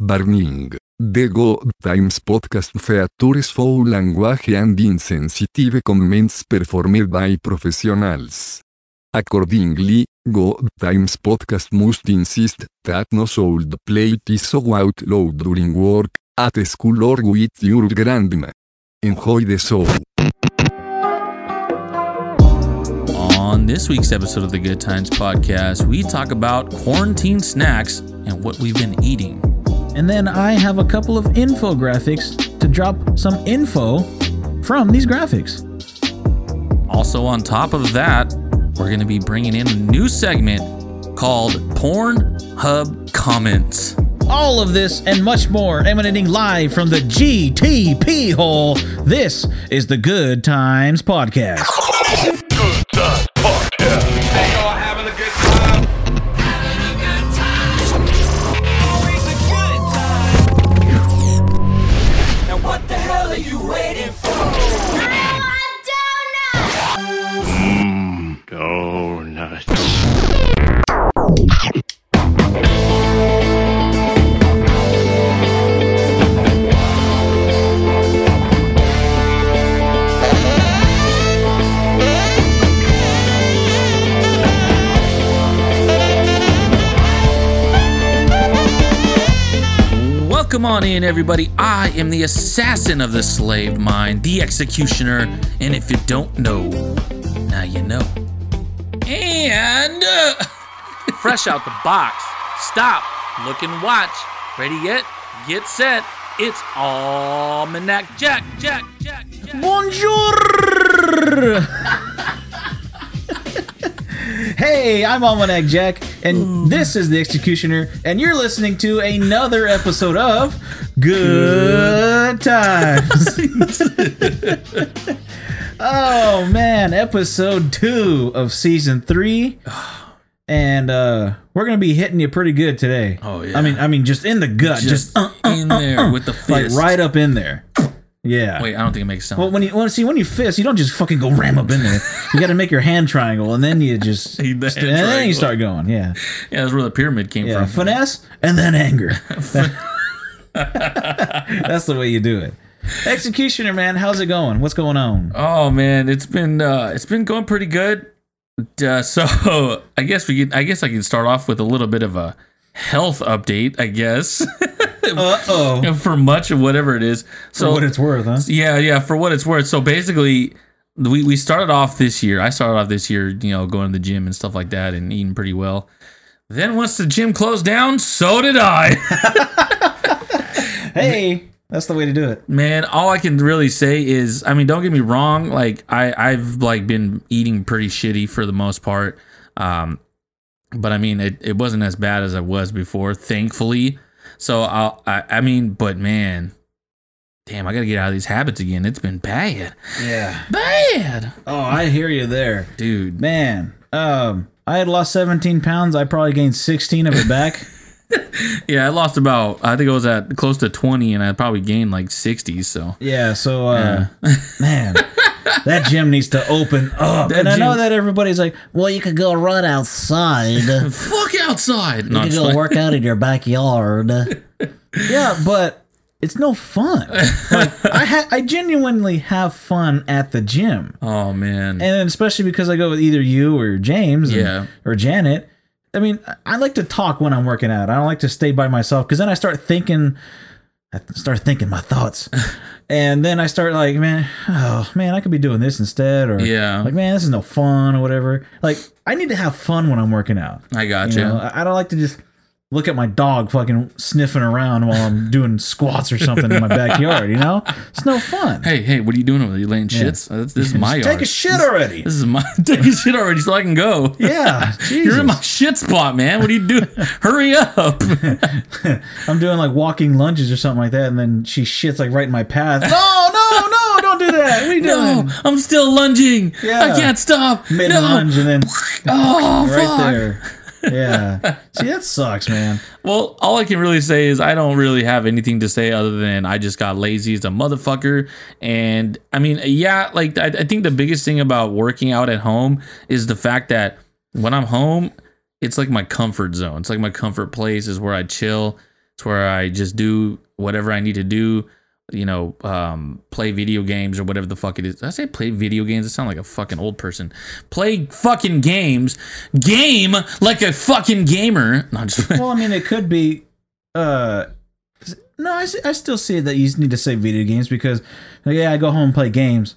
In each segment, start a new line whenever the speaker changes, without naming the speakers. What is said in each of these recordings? Warning. The Good Times podcast features foul language and insensitive comments performed by professionals. Accordingly, Good Times podcast must insist that no sold plate is so out loud during work, at school or with your grandma. Enjoy the show.
On this week's episode of the Good Times Podcast, we talk about quarantine snacks and what we've been eating.
And then I have a couple of infographics to drop some info from these graphics.
Also, on top of that, we're going to be bringing in a new segment called Porn Hub Comments.
All of this and much more emanating live from the GTP hole. This is the Good Times Podcast.
Always a good time. Now what the hell are you waiting for?
Welcome on in, everybody. I am the assassin of the slave mind, the executioner, and if you don't know, now you know. And uh, fresh out the box. Stop, look and watch. Ready yet? Get set. It's Almanac Jack, Jack, Jack, Jack.
Bonjour! hey, I'm Almanac Jack, and this is the Executioner, and you're listening to another episode of Good Times. oh man, episode two of season three. And uh we're gonna be hitting you pretty good today.
Oh, yeah.
I mean I mean just in the gut, just,
Just in there with the
uh, like
fist.
right up in there. Yeah.
Wait, I don't think it makes sense.
Well, when you well, see when you fist, you don't just fucking go ram up in there. You got to make your hand triangle, and then you just
The hand
and then
triangle.
you start going. Yeah,
yeah, that's where the pyramid came
yeah.
from.
Finesse and then anger. That's the way you do it. Executioner man, how's it going? What's going on?
Oh man, it's been uh, it's been going pretty good. Uh, so I guess we can, I guess I can start off with a little bit of a health update. I guess
Uh oh.
for much of whatever it is. So
For what it's worth, huh?
yeah, yeah, for what it's worth. So basically, we, we started off this year. I started off this year, you know, going to the gym and stuff like that and eating pretty well. Then once the gym closed down, so did I.
Hey, that's the way to do it.
Man, all I can really say is, I mean, don't get me wrong. Like I, I've like been eating pretty shitty for the most part. Um, but I mean, it, it wasn't as bad as I was before, thankfully. So I'll, I, I mean, but man, damn, I gotta get out of these habits again. It's been bad,
Yeah.
bad,
Oh, I hear you there,
dude.
man. Um, I had lost 17 pounds. I probably gained 16 of it back.
Yeah, I lost about, I think I was at close to twenty, and I probably gained like sixty. So
Yeah, so uh, man, that gym needs to open up.
That
and I know
gym-
that everybody's like, "Well, you could go run outside. you
fuck outside. No, I'm
could
just
go
like-
work out in your backyard." yeah, but it's no fun. Like, I ha- I genuinely have fun at the gym,
oh man,
and especially because I go with either you or James, and-
Yeah.
or Janet. I mean, I- I like to talk when I'm working out. I don't like to stay by myself because then I start thinking, I start thinking my thoughts, and then I start like, man, oh man, I could be doing this instead, or
Yeah.
like man, this is no fun, or whatever. Like I need to have fun when I'm working out.
I got
You know,
you.
I- I don't like to just look at my dog fucking sniffing around while I'm doing squats or something in my backyard. You know, it's no fun.
Hey, hey, what are you doing over there? You laying shits? That's, this is my
Just
yard.
take a shit already.
This is my take a shit already so I can go.
Yeah,
You're
Jesus.
in my shit spot, man. What are you doing? Hurry up.
I'm doing like walking lunges or something like that, and then she shits like right in my path. No, no, no! Don't do that. What are you
No,
doing?
I'm still lunging.
Yeah.
I can't stop.
Mid
no.
lunge and then
Oh,
right
fuck.
there. Yeah. See, that sucks, man.
Well, all I can really say is I don't really have anything to say other than I just got lazy as a motherfucker. And I mean, yeah, like I, I think the biggest thing about working out at home is the fact that when I'm home, it's like my comfort zone. It's like my comfort place is where I chill. It's It's where I just do whatever I need to do, you know, um, play video games or whatever the fuck it is. Did I say play video games. It sounds like a fucking old person. Play fucking games. Game like a fucking gamer. No, I'm just
Well, I mean, it could be. uh s- No, I, s- I still see that you need to say video games because, yeah, I go home and play games.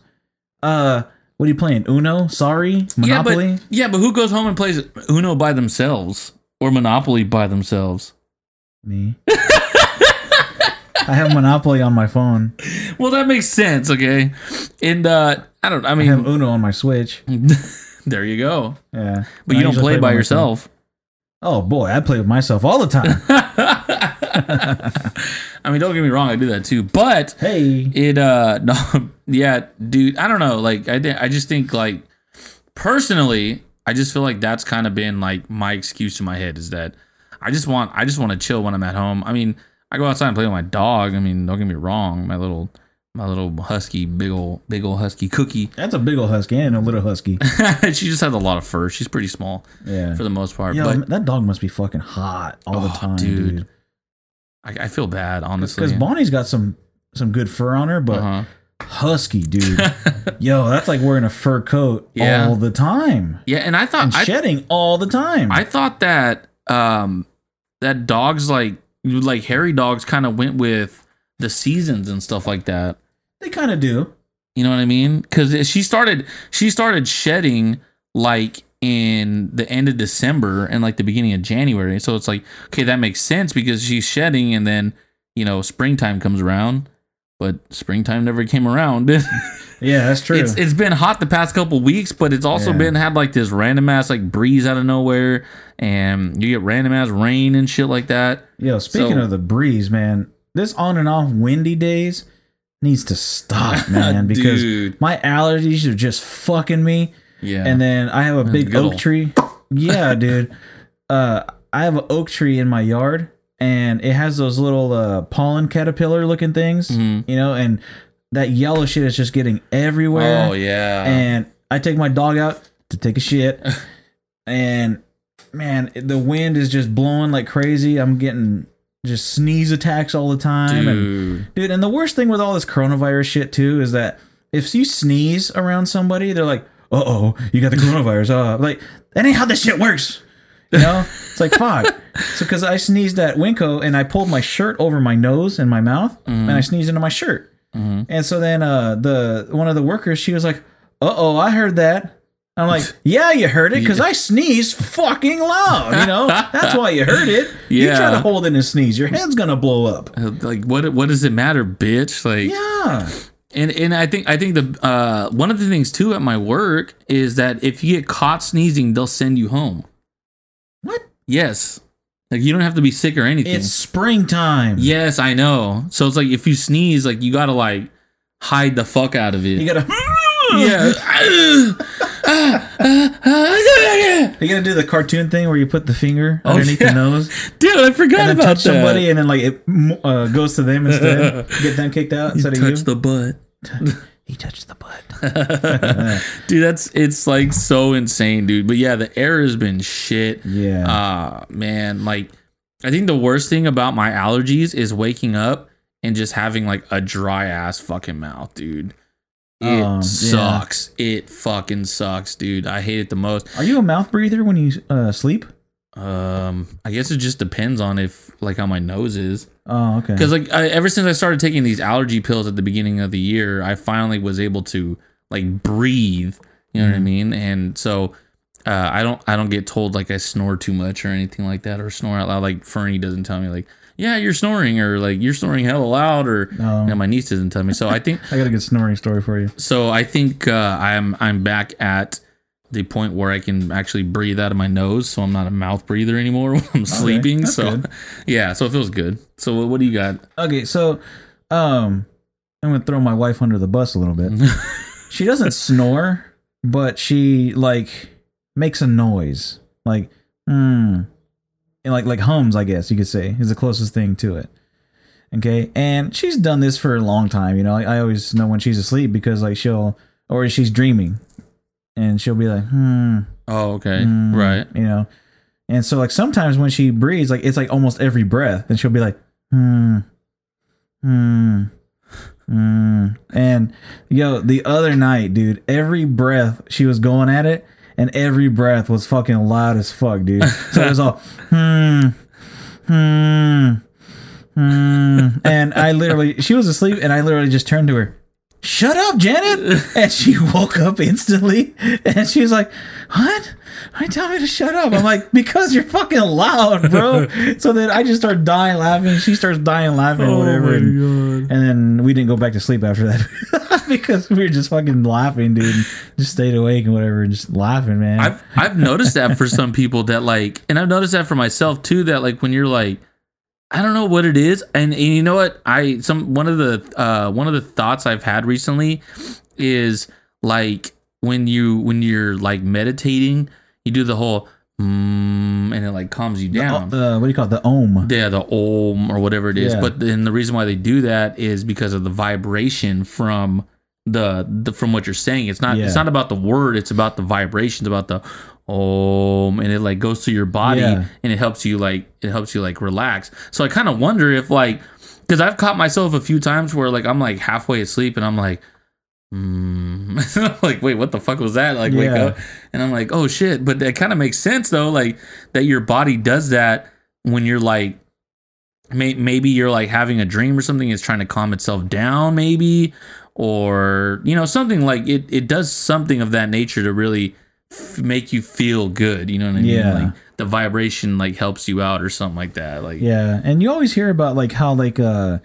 Uh, what are you playing? Uno? Sorry, Monopoly.
Yeah, but, yeah, but who goes home and plays Uno by themselves or Monopoly by themselves?
Me. I have Monopoly on my phone.
Well, that makes sense, okay? And uh I don't I
I have
mean
Uno on my Switch.
there you go.
Yeah,
But
I
you don't
usually
play,
with
by
my
yourself.
phone. Oh boy, I play with myself all the time.
I mean, don't get me wrong, I do that too. But
hey,
it uh no yeah, dude, I don't know, like I thi- I just think like personally, I just feel like that's kind of been like my excuse in my head is that I just want I just want to chill when I'm at home. I mean, I go outside and play with my dog. I mean, don't get me wrong, my little my little husky, big old big old husky cookie.
that's a big old husky and a little husky.
she just has a lot of fur. She's pretty small
Yeah,
for the most part.
Yo,
but
that dog must be fucking hot all the
Oh,
time,
dude.
dude.
I, I feel bad, honestly.
Because Bonnie's got some some good fur on her, but
Uh-huh.
husky, dude. Yo, that's like wearing a fur coat
Yeah.
all the time
Yeah, and I thought
and
I,
shedding all the time.
I thought that um that dogs like like hairy dogs kind of went with the seasons and stuff like that.
they kind of do.
You know what I mean? Because she started she started shedding like in the end of December and like the beginning of January. So it's like okay, that makes sense because she's shedding, and then you know springtime comes around, but springtime never came around.
Yeah, that's true.
It's it's been hot the past couple weeks, but it's also
Yeah.
been had like this random ass like breeze out of nowhere, and you get random ass rain and shit like that.
Yo, speaking
so-
of the breeze, man, this on and off windy days needs to stop, man, because
Dude.
my allergies are just fucking me.
Yeah,
And then I have a big
good
oak
ol'.
tree. Yeah, dude. Uh, I have an oak tree in my yard, and it has those little uh, pollen caterpillar looking things,
Mhm.
you know, and that yellow shit is just getting everywhere.
oh yeah,
And I take my dog out to take a shit, and man, the wind is just blowing like crazy. I'm getting just sneeze attacks all the time, and
dude.
Dude, and the worst thing with all this coronavirus shit too is that if you sneeze around somebody, they're like, "Uh oh, you got the coronavirus." Uh, like that ain't how this shit works. You know, it's like fuck. So because I sneezed at Winko and I pulled my shirt over my nose and my mouth, and I sneezed into my shirt. And so then uh, the one of the workers, she was like, "Uh oh, I heard that." I'm like, "Yeah, you heard it because I sneezed fucking loud. You know, that's why you heard it. You try
Yeah.
to hold in a sneeze, your head's gonna blow up."
Like what what does it matter, bitch? Like
Yeah.
and and I think I think the uh one of the things too at my work is that if you get caught sneezing, they'll send you home.
What?
Yes, like you don't have to be sick or anything.
It's springtime.
Yes, I know. So it's like if you sneeze, like you gotta like hide the fuck out of it.
You gotta
Hmm. yeah.
you gotta do the cartoon thing where you put the finger
Oh,
underneath
yeah.
the nose
Dude, I forgot
and then
about
touch
that.
somebody and then like it mm, uh, goes to them instead. Get them kicked out instead of
touch
you.
the butt.
he touched the butt.
Dude, that's it's like so insane, dude. But yeah, the air has been shit.
Yeah.
Ah, man, like I think the worst thing about my allergies is waking up and just having like a dry ass fucking mouth, dude. It
Um, yeah.
sucks. It fucking sucks, dude. I hate it the most.
Are you a mouth breather when you uh, sleep?
Um, I guess it just depends on if like how my nose is.
Oh, okay.
Because like I, ever since I started taking these allergy pills at the beginning of the year, I finally was able to like breathe. You know what I mean? And so uh, I don't I don't get told like I snore too much or anything like that or snore out loud. Like Fernie doesn't tell me like yeah you're snoring or like you're snoring hella loud or you know, my niece doesn't tell me. So I think
Um, I got a good snoring story for you.
so I think uh, I'm I'm back at the point where I can actually breathe out of my nose, so I'm not a mouth breather anymore when I'm sleeping.
that's
So
good.
yeah, so it feels good. So what, what do you got?
Okay, so um I'm gonna throw my wife under the bus a little bit. she doesn't snore, but she like makes a noise. Like mm, and like like hums, I guess you could say, is the closest thing to it. Okay. And she's done this for a long time, you know. Like, I always know when she's asleep because like she'll or she's dreaming. And she'll be like, hmm,
Oh, okay,
Mm.
right.
you know. And so like sometimes when she breathes, like it's like almost every breath, and she'll be like, Hmm. Hmm. Hmm. And yo, the other night, dude, every breath she was going at it, and every breath was fucking loud as fuck, dude. So it was all hmm, hmm, hmm. And I literally, she was asleep, and I literally just turned to her. Shut up, Janet! And she woke up instantly, and she was like, "What? Why you tell me to shut up?" I'm like, "Because you're fucking loud, bro." So then I just start dying laughing. She starts dying laughing, or whatever. and-
Oh god.
and then we didn't go back to sleep after that because we were just fucking laughing, dude. and Just stayed awake and whatever, and just laughing, man.
I've I've noticed that for some people that like, and I've noticed that for myself too. That like when you're like, I don't know what it is, and, and you know what I some one of the uh one of the thoughts I've had recently is like when you when you're like meditating, you do the whole mm, and it like calms you down.
uh, what do you call it? The ohm.
Yeah, the om or whatever it is.
Yeah.
But then the reason why they do that is because of the vibration from the, the from what you're saying. It's not
Yeah.
it's not about the word. It's about the vibrations. About the om, and it like goes through your body,
Yeah.
and it helps you like it helps you like relax. So I kind of wonder if like because I've caught myself a few times where like I'm like halfway asleep and I'm like. Mm. I'm like, wait, what the fuck was that? Like, wake
Yeah.
up, and I'm like, oh shit. But that kind of makes sense though, like that your body does that when you're like may- maybe you're like having a dream or something it's trying to calm itself down maybe or you know something like it it does something of that nature to really f- make you feel good you know what i
Yeah.
mean like the vibration like helps you out or something like that like
Yeah, and you always hear about like how like uh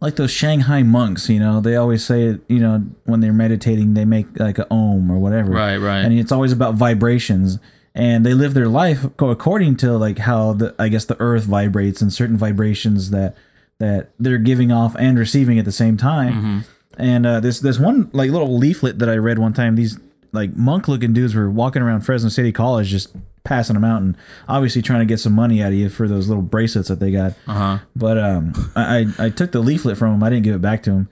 like those Shanghai monks, you know, they always say you know when they're meditating they make like a ohm or whatever.
right right
and it's always about vibrations and they live their life co- according to like how the i guess the earth vibrates and certain vibrations that that they're giving off and receiving at the same time
Mm-hmm.
and uh this this one like little leaflet that i read one time these like monk looking dudes were walking around fresno city college just passing them out and obviously trying to get some money out of you for those little bracelets that they got
uh-huh
but um, I I I took the leaflet from him. I didn't give it back to him.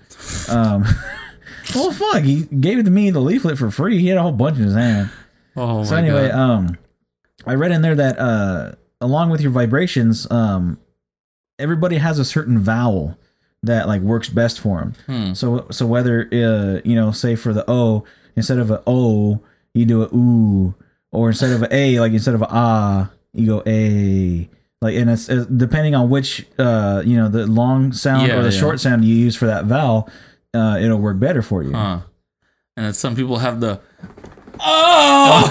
Um, well, fuck, he gave it to me the leaflet for free. He had a whole bunch in his hand.
oh
So
my
anyway,
god
um, I read in there that uh, along with your vibrations, um, everybody has a certain vowel that like works best for them.
Hmm.
So so whether uh, you know, say for the O, instead of a O, you do a ooh, or instead of a A, like instead of a ah, you go a. Like and it's, it's depending on which uh you know the long sound
Yeah,
or the
yeah.
short sound you use for that vowel, uh it'll work better for you.
huh. and then some people have the oh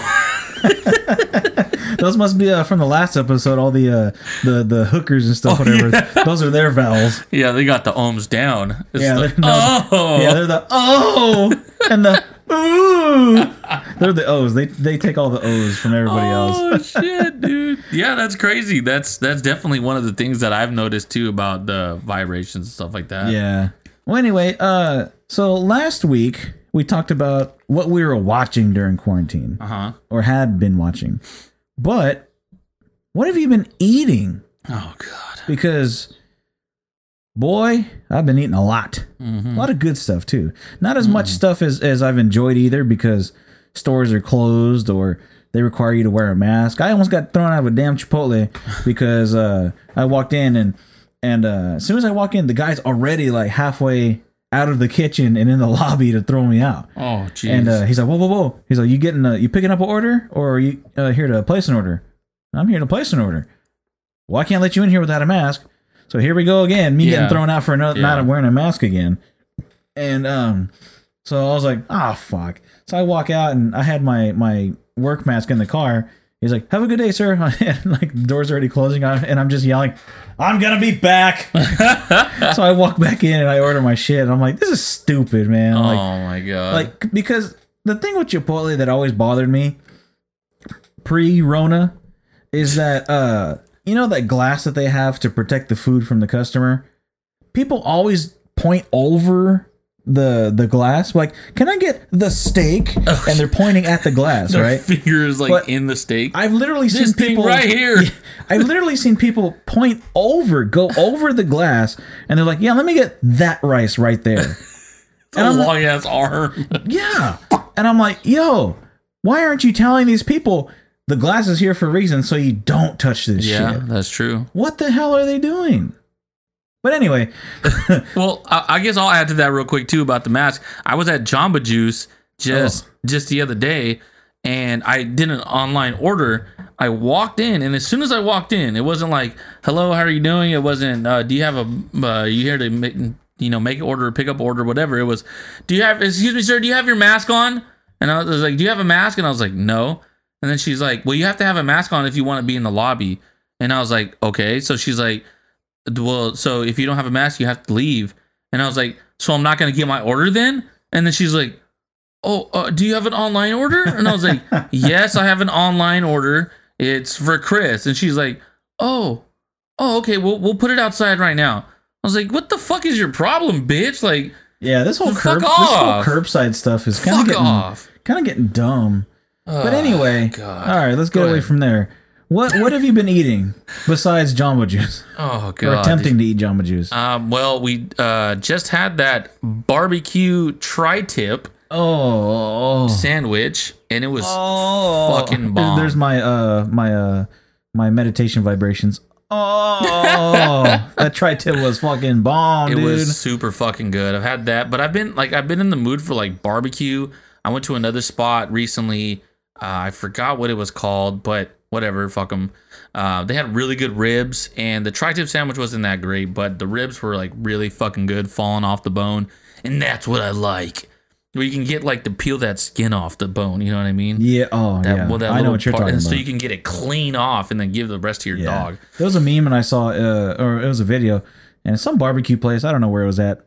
Those must be uh, from the last episode. All the uh, the the hookers and
Oh,
stuff, whatever. Those are their vowels.
yeah they got the ohms down It's
Yeah,
the,
they're- no,
oh
Yeah, they're the oh and the ooh. They're the O's. They they take all the O's from everybody else.
Oh shit, dude. Yeah, that's crazy. That's that's definitely one of the things that I've noticed too about the vibrations and stuff like that.
Yeah. Well, anyway, uh, so last week we talked about what we were watching during quarantine
Uh huh.
or had been watching, but what have you been eating?
Oh god.
Because boy, I've been eating a lot.
hmm
a lot of good stuff too. Not as much stuff as as I've enjoyed either because stores are closed or they require you to wear a mask. I almost got thrown out of a damn Chipotle because uh, I walked in and and uh, as soon as I walk in, the guy's already like halfway out of the kitchen and in the lobby to throw me out.
Oh jeez.
And uh, he's like, whoa, whoa, whoa. He's like, you getting a, you picking up an order or are you uh, here to place an order? I'm here to place an order. Well, I can't let you in here without a mask. So here we go again. Me
Yeah.
getting thrown out for another,
Yeah.
not wearing a mask again. And um, so I was like, ah, fuck. So I walk out and I had my my work mask in the car. He's like, have a good day, sir. And like the door's already closing I- and I'm just yelling, I'm gonna be back. so I walk back in and I order my shit. And I'm like, this is stupid, man.
oh
Like,
my god.
like because the thing with Chipotle that always bothered me pre Rona is that uh you know that glass that they have to protect the food from the customer? People always point over the the glass like can I get the steak
Oh.
and they're pointing at the glass,
Their
right?
finger is like
But
in the steak.
I've literally
this
seen
thing
people
right here.
I've literally seen people point over, go over the glass, and they're like, "Yeah, let me get that rice right there."
It's a
I'm not-
long ass arm.
Yeah. And I'm like, yo, why aren't you telling these people the glass is here for a reason so you don't touch this shit?
that's true.
What the hell are they doing? But anyway,
Well, I, I guess I'll add to that real quick too about the mask. I was at Jamba Juice just just the other day, and I did an online order. I walked in, and as soon as I walked in, it wasn't like "Hello, how are you doing?" It wasn't uh, "Do you have a uh, you here to make you know make an order, pick up order, whatever." It was "Do you have excuse me, sir? Do you have your mask on?" And I was like, "Do you have a mask?" And I was like, "No." And then she's like, "Well, you have to have a mask on if you want to be in the lobby." And I was like, "Okay." So she's like, well, so if you don't have a mask, you have to leave. And I was like, so I'm not going to get my order then? And then she's like, oh, uh, do you have an online order? And I was like, yes, I have an online order. It's for Chris. And she's like, oh, oh, okay, we'll, we'll put it outside right now. I was like, what the fuck is your problem, bitch? Like,
yeah, this whole
Fuck
curb, this whole
off.
curbside stuff is kind
fuck
of getting
off.
kind of getting dumb. But anyway,
God.
all right, let's get
Go
away
ahead.
from there. What what have you been eating besides Jamba Juice
Oh, God.
or attempting to eat Jamba Juice?
Um, well, we uh, just had that barbecue tri tip
Oh, oh,
sandwich, and it was.
oh.
fucking
There's-
bomb.
There's my uh my uh my meditation vibrations. Oh, that tri-tip was fucking bomb,
It
dude.
was super fucking good. I've had that, but I've been like I've been in the mood for like barbecue. I went to another spot recently. Uh, I forgot what it was called, but whatever, fuck them. Uh, they had really good ribs, and the tri-tip sandwich wasn't that great, but the ribs were like really fucking good, falling off the bone, and that's what I like. Where you can get like to peel that skin off the bone. You know what I mean?
yeah. Oh,
That,
yeah.
well, that
I know
little
what you're
part-
talking
and
about.
So you can get it clean off, and then give the rest to your
Yeah.
dog.
There was a meme and I saw, uh, or it was a video, and some barbecue place. I don't know where it was at.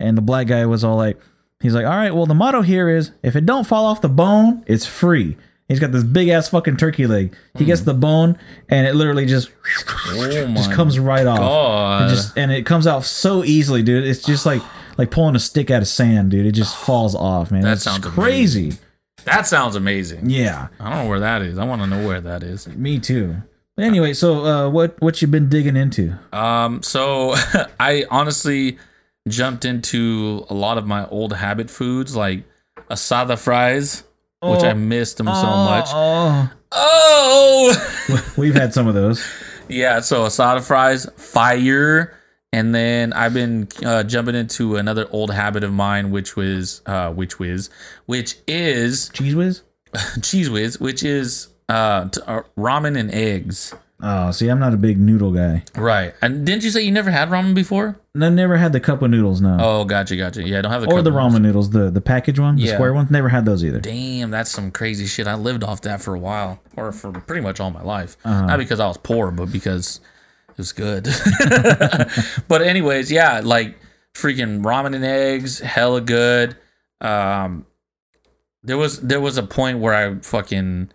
And the black guy was all like, he's like, all right, well, the motto here is if it don't fall off the bone, it's free. He's got this big ass fucking turkey leg. He gets the bone and it literally just just
Hmm. Oh my
comes right off.
Oh,
It just and it comes out so easily, dude. It's just like like pulling a stick out of sand, dude. It just falls off, man.
That
It's
sounds
crazy.
that sounds amazing.
Yeah,
I don't know where that is. I want to know where that is.
me too. But anyway, so uh, what what you been digging into?
Um, so I honestly jumped into a lot of my old habit foods like asada fries, which I missed them so much.
Oh,
Oh,
We've had some of those.
yeah. So asada fries, fire, and then I've been uh, jumping into another old habit of mine, which was uh, which was which is
Cheese whiz?
cheese whiz, which is uh, t- uh ramen and eggs.
Oh, see, I'm not a big noodle guy.
Right. And didn't you say you never had ramen before?
And I never had the cup of noodles, no.
Oh, gotcha, gotcha. Yeah, I don't have the
or the
cup-
ramen noodles, the, the package one, the
Yeah.
square ones. Never had those either.
Damn, that's some crazy shit. I lived off that for a while, or for pretty much all my life.
Uh-huh.
Not because I was poor, but because it was good. but anyways, yeah, like freaking ramen and eggs, hella good. Um, there was there was a point where I fucking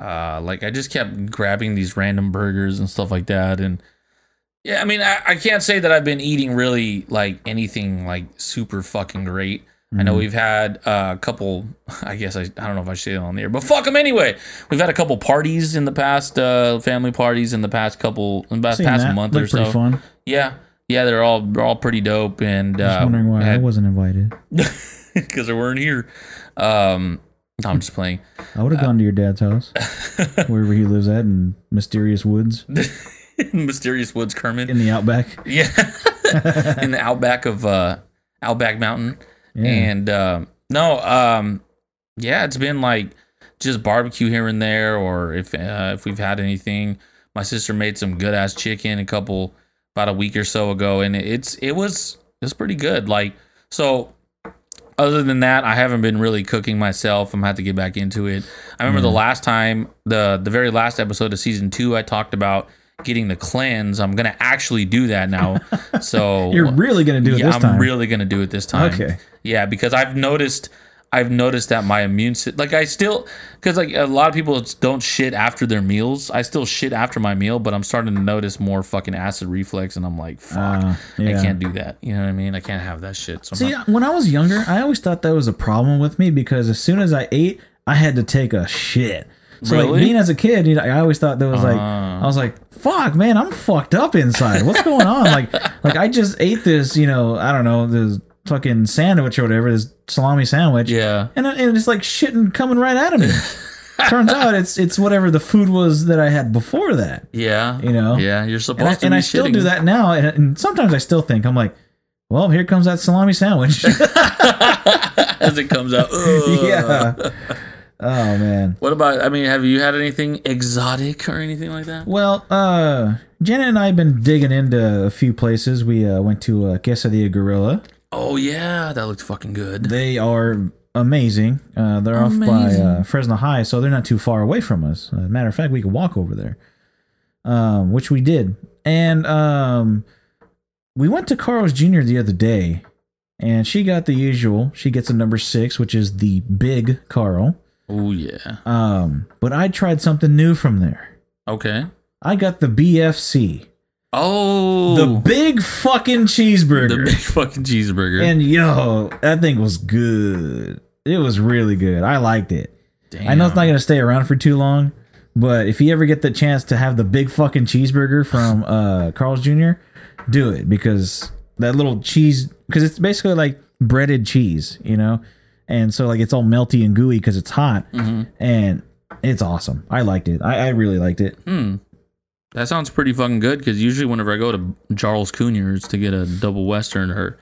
uh like I just kept grabbing these random burgers and stuff like that, and yeah, I mean I, I can't say that I've been eating really like anything like super fucking great. I
Mm-hmm.
know we've had uh, a couple. I guess I, I don't know if I should say it on the air, but fuck them anyway. We've had a couple parties in the past, uh, family parties in the past couple, in the uh, past
Seen that.
month or
Looked
so. uh,
pretty fun.
Yeah, yeah, they're all they're all pretty dope, and
Just
uh,
wondering why I wasn't invited.
because they weren't here. Um, no, I'm just playing.
I would have gone to your dad's house, wherever he lives at in mysterious woods
Mysterious Woods Kermit,
in the outback.
yeah, in the outback of uh, Outback Mountain,
Yeah.
and um no, um, yeah, it's been like just barbecue here and there, or if uh, if we've had anything. My sister made some good ass chicken a couple about a week or so ago, and it's it was it's pretty good. Like so, other than that, I haven't been really cooking myself. I'm gonna have to get back into it. I remember
Mm.
the last time, the the very last episode of season two, I talked about getting the cleanse. I'm gonna actually do that now. So
You're really gonna do it
yeah,
this
I'm
time.
really gonna do it this time.
Okay.
Yeah, because I've noticed, I've noticed that my immune system, like I still, because like a lot of people don't shit after their meals. I still shit after my meal, but I'm starting to notice more fucking acid reflux, and I'm like, fuck,
Uh, yeah.
I can't do that. You know what I mean? I can't have that shit. So I'm
See,
not-
when I was younger, I always thought that was a problem with me because as soon as I ate, I had to take a shit. So
Really? Uh.
like being as a kid, you know, I always thought that was like I was like, "Fuck, man, I'm fucked up inside. What's going on?" like, like I just ate this, you know, I don't know, this fucking sandwich or whatever, this salami sandwich,
yeah.
and I- and it's like shitting coming right out of me. Turns out it's it's whatever the food was that I had before that.
Yeah.
You know?
Yeah, you're supposed
And I,
to.
and
be
I still
shitting.
do that now. And, and sometimes I still think I'm like, well, here comes that salami sandwich.
as it comes out. Ugh.
yeah. Oh man.
What about? I mean, have you had anything exotic or anything like that?
Well, uh, Janet and I have been digging into a few places. We uh, went to uh, Quesadilla Gorilla.
Oh yeah, that looked fucking good.
They are amazing. Uh, they're off by uh,
Amazing.
Fresno High, so they're not too far away from us. Uh, matter of fact, we could walk over there, um, which we did. And um, we went to Carl's Jr. the other day, and she got the usual. She gets a number six, which is the big Carl.
Oh yeah.
Um, but I tried something new from there.
Okay.
I got the BFC,
Oh,
the big fucking cheeseburger.
the big fucking cheeseburger.
And yo, that thing was good. It was really good. I liked it.
Damn.
I know it's not gonna stay around for too long, but if you ever get the chance to have the big fucking cheeseburger from uh Carl's Jr., do it because that little cheese because it's basically like breaded cheese, you know, and so like it's all melty and gooey because it's hot, and it's awesome. I liked it. I, I really liked it.
That sounds pretty fucking good because usually whenever I go to Charles Cunier's to get a double western, or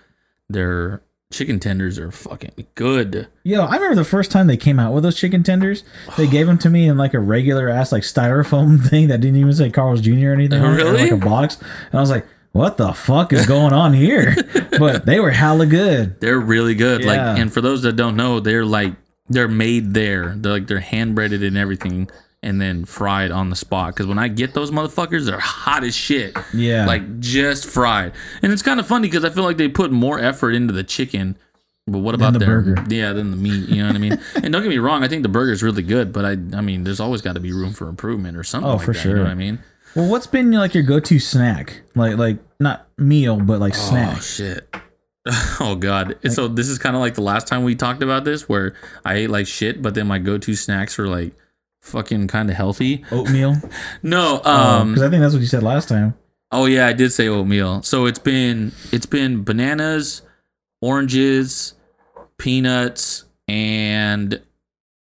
their chicken tenders are fucking good.
Yo, I remember the first time they came out with those chicken tenders. They gave them to me in like a regular ass like styrofoam thing that didn't even say Carl's Jr. or anything. on it, or,
Really?
like a box. And I was like, what the fuck is going on here? but they were hella good.
They're really good.
Yeah.
Like, and for those that don't know, they're like they're made there. They're like they're hand breaded and everything, and then fried on the spot. Because when I get those motherfuckers, they're hot as shit.
Yeah.
like just fried. And it's kind of funny because I feel like they put more effort into the chicken. But what about
the
their
burger.
Yeah, than the meat. You know what I mean. and don't get me wrong, I think the burger's really good, but I, I mean, there's always got to be room for improvement or something.
Oh,
like
for
that, You know
sure.
what I mean?
Well, what's been like your go to snack? Like like not meal, but like
Oh
snack.
shit. Oh god. So this is kind of like the last time we talked about this, where I ate like shit, but then my go-to snacks were like fucking kind of healthy.
Oatmeal.
No. Um.
Because Oh, I think that's what you said last time.
Oh yeah, I did say oatmeal. So it's been it's been bananas, oranges, peanuts, and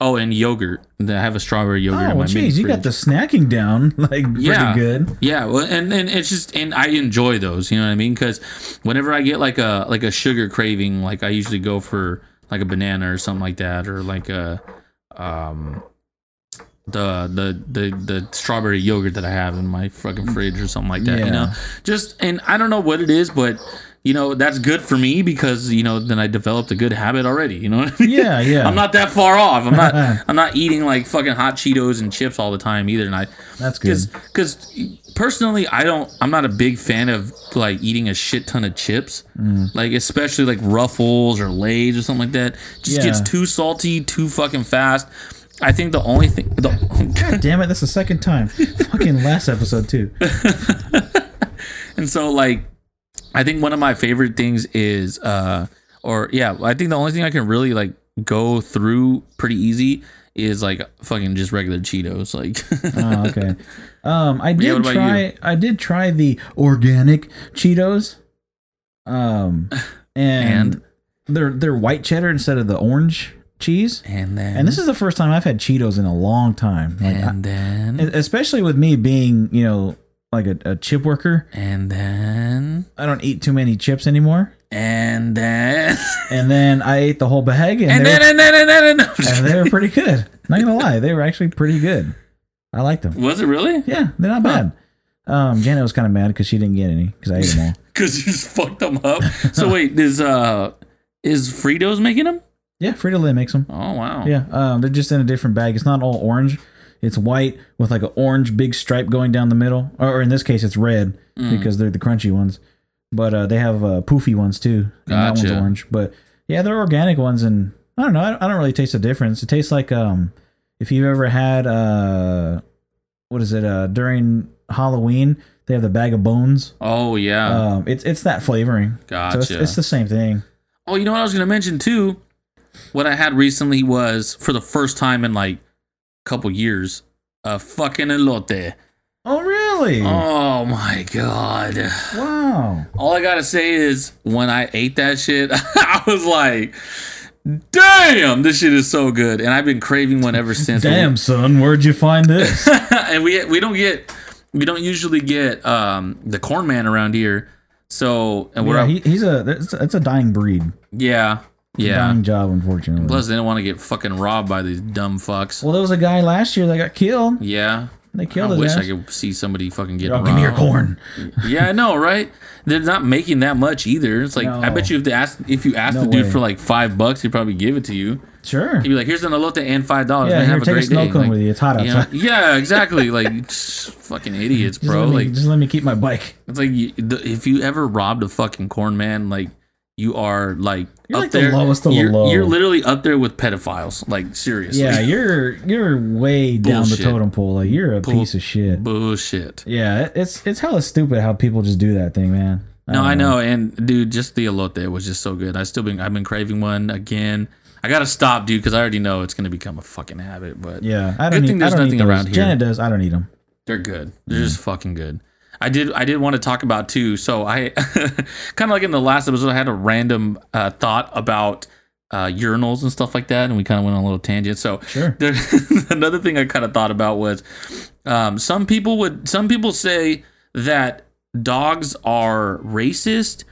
oh, and yogurt. I have a strawberry
Oh,
yogurt in
well,
my
jeez,
mini
you
fridge.
got the snacking down like pretty
Yeah.
good.
Yeah, well, and and it's just and I enjoy those. You know what I mean? Because whenever I get like a like a sugar craving, like I usually go for like a banana or something like that, or like a um the the the the strawberry yogurt that I have in my fucking fridge or something like that.
Yeah.
You know, just and I don't know what it is, but. You know that's good for me because you know then I developed a good habit already. You know what I mean?
Yeah, yeah.
I'm not that far off. I'm not I'm not eating like fucking hot Cheetos and chips all the time either. And I
That's good.
because because personally i don't i'm not a big fan of like eating a shit ton of chips
Mm.
like especially like ruffles or lays or something like that just
Yeah.
gets too salty too fucking fast i think the only thing the,
Damn it, that's the second time. Fucking last episode too.
and so like i think one of my favorite things is uh or yeah i think the only thing i can really like go through pretty easy is like fucking just regular cheetos like
oh, okay. Um, I did
what about
try.
you?
I did try the organic Cheetos. Um, and,
And?
they're they're white cheddar instead of the orange cheese.
and then
And this is the first time I've had Cheetos in a long time. Like, I- e,
and then
especially with me being, you know, like a, a chip worker,
and then
I don't eat too many chips anymore.
and then
And then I ate the whole bag, and,
and
they,
then
were,
and then and then and then.
and they were pretty good. Not gonna lie, they were actually pretty good. I liked them.
Was it really?
Yeah, they're not bad. Um, Janet was kind of mad because she didn't get any because I ate them all.
Because you just fucked them up. So wait, is uh is Fritos making them?
Yeah, Frito Lay makes them.
Oh wow.
Yeah, um, they're just in a different bag. It's not all orange. It's white with like an orange big stripe going down the middle, or, or in this case, it's red
Mm.
because they're the crunchy ones. But uh, they have uh, poofy ones too. And that
Gotcha.
one's orange. But yeah, they're organic ones, and I don't know. I don't, I don't really taste the difference. It tastes like um, if you've ever had uh, what is it uh, during Halloween? They have the bag of bones.
Oh yeah.
Um, it's it's that flavoring. So it's,
Gotcha.
it's the same thing.
oh, you know what I was gonna mention too. What I had recently was for the first time in like a couple years a fucking elote.
Oh really?
Oh my god.
Wow.
All I gotta say is when I ate that shit, I was like, Damn, this shit is so good, and I've been craving one ever since.
Damn, son, where'd you find this?
and we we don't get we don't usually get um the corn man around here. So and we're
yeah,
out-
he, he's a that's, that's a dying breed,
yeah yeah.
dying job, unfortunately.
Plus, they don't want to get fucking robbed by these dumb fucks.
well, there was a guy last year that got killed.
yeah.
They
I
killed his
wish
ass.
I could see somebody fucking get
Oh,
robbed.
give me your corn.
yeah, I know, right? They're not making that much either. It's like I
No.
bet you if they ask if you ask
No
the dude
way.
for like five bucks, he'd probably give it to you.
Sure.
He'd be like, "Here's an elote and five dollars.
Yeah,
man.
here,
have a
take a
great
snow
day."
cone
Like,
with you. It's hot
you know,
outside.
yeah, exactly. Like fucking idiots,
Just
bro.
let me-
Like
just let me keep my bike.
It's like you, the, if you ever robbed a fucking corn man, like you are like
You're
up
like the
there.
lowest of the
you're,
low.
you're literally up there with pedophiles. Like seriously,
Yeah, you're you're way down
Bullshit.
the totem pole. Like you're a piece of shit.
bullshit.
Yeah, it- it's it's hella stupid how people just do that thing, man.
No, I know, and dude, just the elote was just so good. I still been I've been craving one again. I gotta stop, dude, because I already know it's gonna become a fucking habit. But
Yeah, I
Good
don't. need,
thing
I
there's
don't
nothing
need those.
around here.
Janet does. I don't need them.
They're good. They're just fucking good. I did I did want to talk about too. So I kind of like in the last episode, I had a random uh, thought about uh, urinals and stuff like that, and we kind of went on a little tangent. So
Sure.
there, another thing I kind of thought about was um, some people would some people say that dogs are racist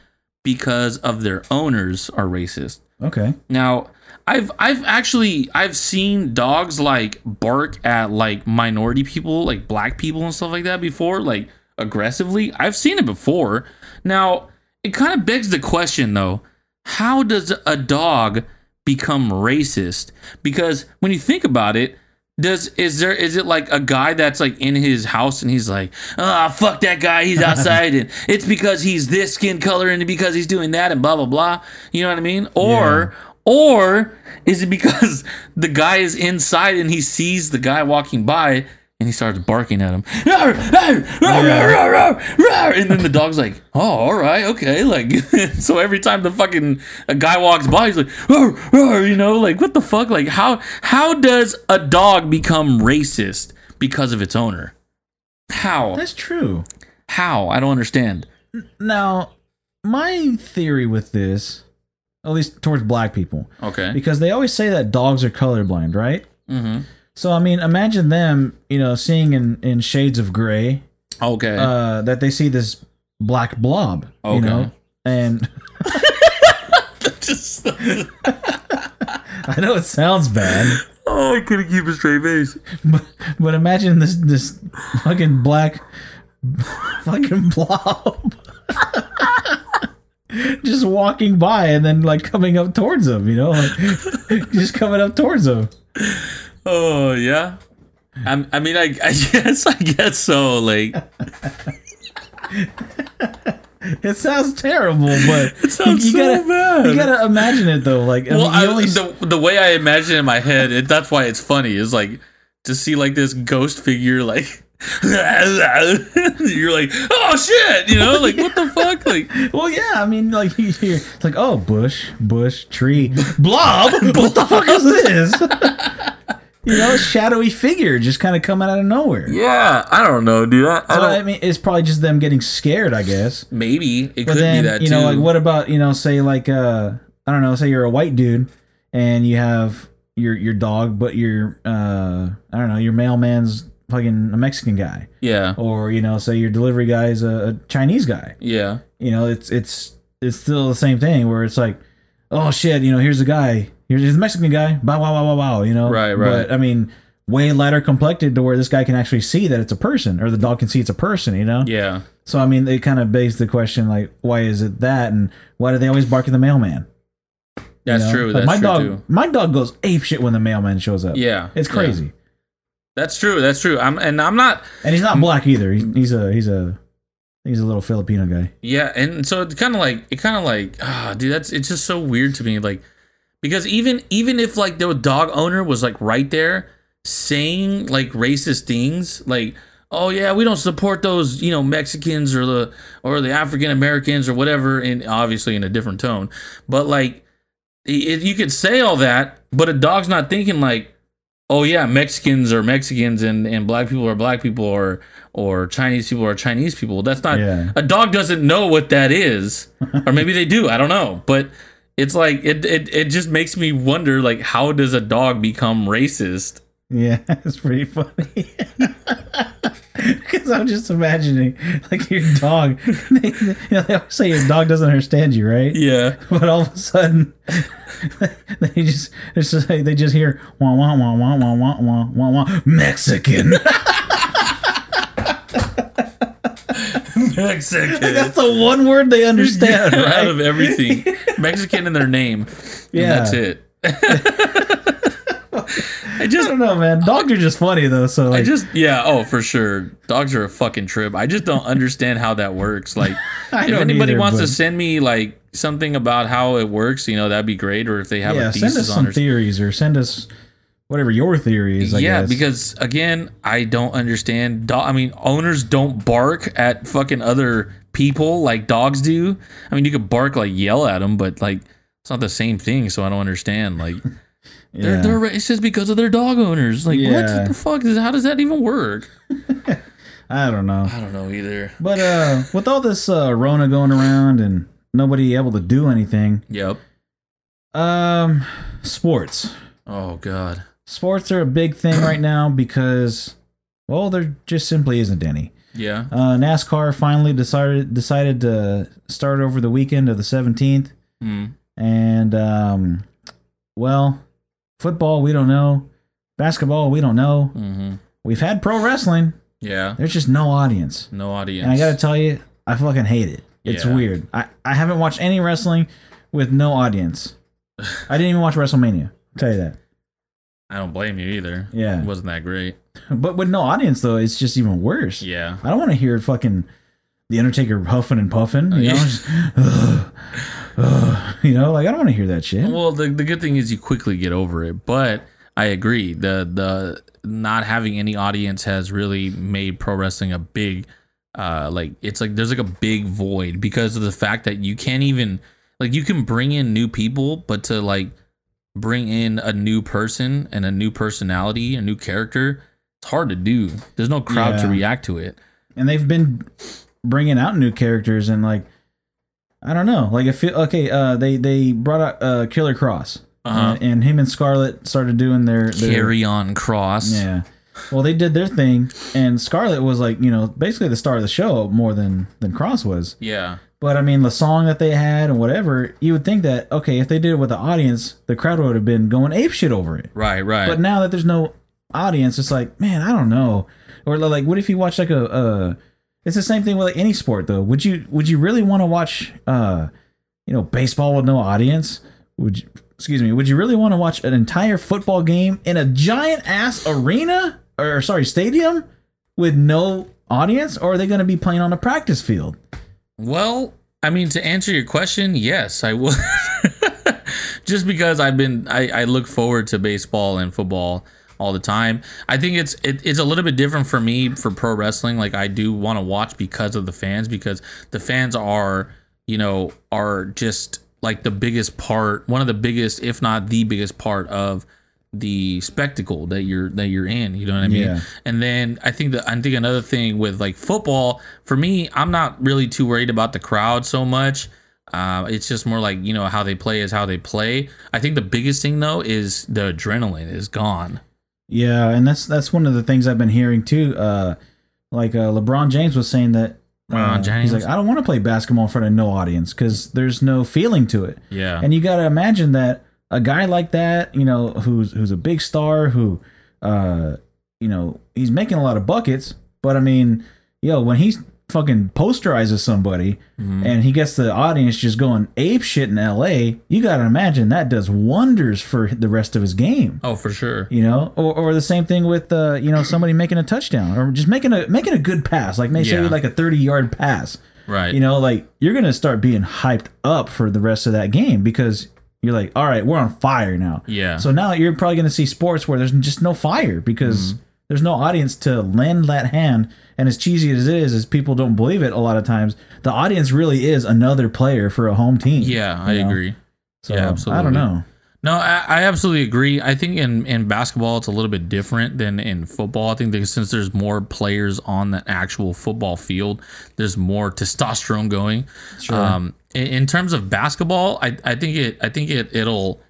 because of their owners are racist.
Okay.
Now, I've I've actually I've seen dogs like bark at like minority people, like black people and stuff like that before, like aggressively. I've seen it before. Now, it kind of begs the question though, how does a dog become racist? Because when you think about it, does is there is it like a guy that's like in his house and he's like ah fuck that guy he's outside and it's because he's this skin color and because he's doing that and blah blah blah you know what I mean or or is it because the guy is inside and he sees the guy walking by and he starts barking at him "Rar, rar, rar, rar, rar, rar, rar," and then the dog's like oh all right okay like so every time the fucking a guy walks by he's like "Rar, rar," you know like what the fuck like how how does a dog become racist because of its owner how
That's true.
how i don't understand
Now, my theory with this, at least towards black people,
okay
because they always say that dogs are colorblind, right?
mm-hmm.
So I mean, imagine them, you know, seeing in in shades of gray
okay
uh, that they see this black blob, you
Okay.
know, and
Just-
I know it sounds bad.
oh i couldn't keep a straight face
But, but imagine this this fucking black fucking blob just walking by and then like coming up towards him, you know, like, just coming up towards him.
Oh yeah. I'm, I mean, I, I guess, I guess so. Like,
It sounds terrible, but it
sounds so bad.
You gotta imagine it though, like I
well,
mean, you
I,
only s-
the, the way I imagine it in my head, it, that's why it's funny. Is like to see like this ghost figure, like you're like, oh shit, you know, like what the fuck, like
well, yeah, I mean, like you hear it's like, oh, bush, bush, tree, blob. what the fuck is this? you know, shadowy figure just kind of coming out of nowhere.
yeah, I don't know, dude. I, I
So,
don't.
I mean, it's probably just them getting scared, I guess.
maybe it
But
could
then,
be that
you
too.
know, like what about you know, say like uh, I don't know, say you're a white dude and you have your your dog, but your uh, I don't know, your mailman's fucking a Mexican guy,
yeah,
or you know, say your delivery guy is a, a Chinese guy.
yeah,
You know, it's it's it's still the same thing where it's like, oh shit, you know, here's a guy, here's here's a Mexican guy, bow wow wow wow wow, you know,
Right, right.
But I mean. Way lighter complected to where this guy can actually see that it's a person, or the dog can see it's a person, you know?
yeah.
So I mean, they kind of begs the question like, why is it that, and why do they always bark at the mailman? You
That's
know?
true.
Like,
That's
my
true
dog,
too.
my dog goes ape shit when the mailman shows up.
Yeah,
it's
yeah.
crazy,
That's true. That's true. I'm and I'm not.
and he's
Mm.
not black either. He's, he's a he's a he's a little Filipino guy.
Yeah, and so it's kind of like it kind of like ah, dude, that's it's just so weird to me. Like because even even if like the dog owner was like right there saying like racist things, like oh yeah, we don't support those you know Mexicans or the or the African Americans or whatever, and obviously in a different tone, but like it, you could say all that, but a dog's not thinking like oh yeah, Mexicans are Mexicans and, and black people are black people or or Chinese people are Chinese people. That's not
Yeah.
a dog doesn't know what that is. or maybe they do, I don't know. But It's like it, it it just makes me wonder like how does a dog become racist?
Yeah, it's pretty funny. Because I'm just imagining, like your dog. They, you know, they always say your dog doesn't understand you, right?
Yeah.
But all of a sudden, they just, it's just like they just hear wah wah wah wah wah wah wah wah wah Mexican.
Mexican.
That's the one word they understand,
Out
right?
of everything. Mexican in their name. And
Yeah.
that's it. I
I
just
don't know, man. Dogs are just funny though, so
I
like,
just yeah, oh for sure. Dogs are a fucking trip. I just don't understand how that works. Like
I
if
don't
anybody
either,
wants to
but-
send me like something about how it works, you know, that'd be great. Or if they have
yeah,
a
send us
thesis on
some
it.
theories or send us whatever your theory is. I
yeah,
guess.
because again, I don't understand. Do- I mean, owners don't bark at fucking other people like dogs do. I mean, you could bark like yell at them, but like it's not the same thing. So I don't understand. Like they're
Yeah.
they're racist because of their dog owners. Like
Yeah.
what the fuck? Is, how does that even work?
I don't know.
I don't know either.
But uh, with all this uh, Rona going around and nobody able to do anything,
Yep.
um, sports.
Oh god.
Sports are a big thing right now because, well, there just simply isn't any.
Yeah.
Uh, NASCAR finally decided decided to start over the weekend of the seventeenth,
Mm.
and um, well, football we don't know, basketball we don't know.
hmm
We've had pro wrestling.
Yeah.
There's just no audience.
No audience.
And I gotta tell you, I fucking hate it. It's
Yeah.
weird. I, I haven't watched any wrestling with no audience. I didn't even watch WrestleMania. I'll tell you that.
I don't blame you either.
Yeah.
It wasn't that great.
But with no audience though, it's just even worse.
Yeah.
I don't want to hear fucking the Undertaker huffing and puffing. You
Oh, Yeah.
know, Just, "Ugh, ugh," you know, like I don't want to hear that shit.
Well, the, the good thing is you quickly get over it, but I agree. The the not having any audience has really made pro wrestling a big uh like it's like there's like a big void because of the fact that you can't even like you can bring in new people, but to like bring in a new person and a new personality, a new character, it's hard to do. There's no crowd to
Yeah.
react to it.
And they've been bringing out new characters and like I don't know, like if it, okay, uh, they they brought out uh, Killer Cross
Uh-huh.
and, and him and Scarlet started doing their, their
Carry on cross.
Yeah. Well, they did their thing, and Scarlett was like, you know, basically the star of the show more than than Cross was.
Yeah.
But I mean, the song that they had and whatever, you would think that okay, if they did it with the audience, the crowd would have been going ape shit over it.
Right, right.
But now that there's no audience, it's like, man, I don't know. Or li- like, what if you watch like a? Uh, it's the same thing with like any sport though. Would you would you really want to watch uh, you know, baseball with no audience? Would you, excuse me? Would you really want to watch an entire football game in a giant ass arena or sorry stadium with no audience? Or are they going to be playing on a practice field?
Well, I mean, to answer your question, yes, I would. Just because I've been, I, I look forward to baseball and football all the time. I think it's it, it's a little bit different for me for pro wrestling. Like I do want to watch because of the fans, because the fans are, you know, are just like the biggest part, one of the biggest, if not the biggest part of the spectacle that you're that you're in. You know what I mean?
Yeah.
And then I think that I think another thing with like football for me, I'm not really too worried about the crowd so much. Uh, it's just more like you know how they play is how they play. I think the biggest thing though is the adrenaline is gone.
Yeah, and that's that's one of the things I've been hearing too. Uh, like uh, LeBron James was saying that uh,
LeBron James.
he's like, I don't want to play basketball in front of no audience because there's no feeling to it.
Yeah.
And you got to imagine that a guy like that, you know, who's who's a big star, who, uh, you know, he's making a lot of buckets, but I mean, yo, when he fucking posterizes somebody
mm-hmm.
and he gets the audience just going ape shit in L.A., you got to imagine that does wonders for the rest of his game
oh, for sure.
you know or, or the same thing with uh, you know somebody making a touchdown or just making a making a good pass like maybe
Yeah.
like a 30 yard pass
Right.
you know like you're gonna start being hyped up for the rest of that game because you're like all right we're on fire now
Yeah.
so now you're probably gonna see sports where there's just no fire
Mm-hmm.
because there's no audience to lend that hand and as cheesy as it is as people don't believe it a lot of times the audience really is another player for a home team
yeah, I
you know?
agree.
so
yeah,
i
absolutely.
don't know
No, I, I absolutely agree. I think in, in basketball, it's a little bit different than in football. I think that since there's more players on the actual football field, there's more testosterone going.
Sure.
Um, in, in terms of basketball, I, I think it I think it it'll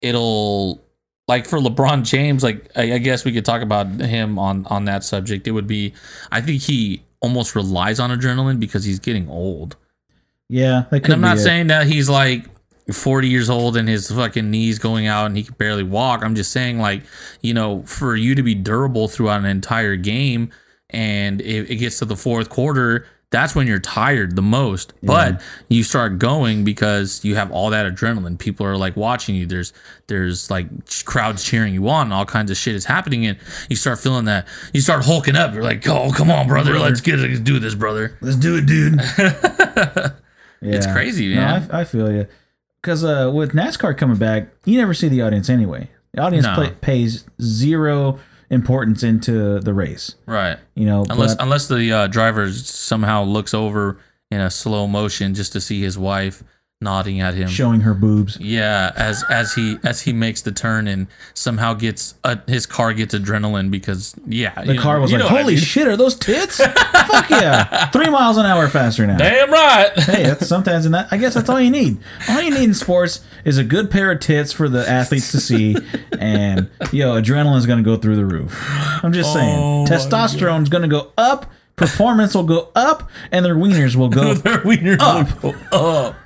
it'll like for LeBron James, like I, I guess we could talk about him on on that subject. It would be I think he almost relies on adrenaline because he's getting old.
yeah, that could
And I'm not
be it.
saying that he's like 40 years old and his fucking knees going out and he can barely walk. I'm just saying like, you know, for you to be durable throughout an entire game and it, it gets to the fourth quarter, that's when you're tired the most. But you start going because you have all that adrenaline. People are like watching you. There's there's like ch- crowds cheering you on. and All kinds of shit is happening, and you start feeling that. You start hulking up. You're like, oh come on, brother, let's get it, let's do this, brother.
Let's do it, dude.
It's crazy, man.
No, I, I feel you. Because uh, with NASCAR coming back, you never see the audience anyway. The audience
No.
play, pays zero importance into the race.
Right.
You know,
unless
but-
unless the uh, driver somehow looks over in a slow motion just to see his wife nodding at him.
showing her boobs.
Yeah, as as he as he makes the turn and somehow gets uh, his car gets adrenaline because yeah,
The car was like, "Holy shit, are those tits? Fuck yeah! Three miles an hour faster now."
damn right."
Hey, that's sometimes, and that I guess that's all you need. All you need in sports is a good pair of tits for the athletes to see, and yo, adrenaline's gonna go through the roof. I'm just
Oh,
saying,
my
testosterone's gonna go up, performance will go up, and their wieners will go
Their wiener will go up.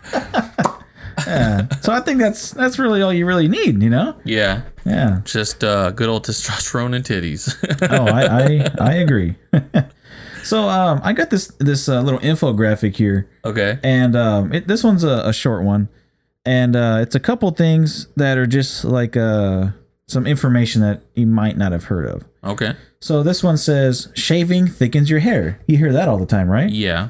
So I think that's that's really all you really need, you know?
Yeah,
Yeah.
just uh, good old testosterone and titties.
Oh, I I, I agree. so um, I got this this uh, little infographic here,
okay.
and um, it, this one's a, a short one, and uh, it's a couple things that are just like uh, some information that you might not have heard of.
Okay.
So this one says shaving thickens your hair. You hear that all the time, right?
Yeah.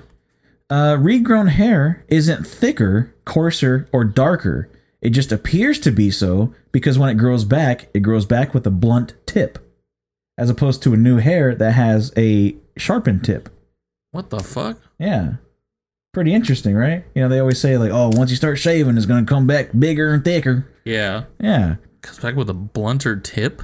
Uh, regrown hair isn't thicker, coarser, or darker. It just appears to be so because when it grows back, it grows back with a blunt tip, as opposed to a new hair that has a sharpened tip.
What the fuck?
Yeah. Pretty interesting, right? You know, they always say, like, oh, once you start shaving, it's going to come back bigger and thicker.
Yeah.
Yeah.
Comes back with a blunter tip.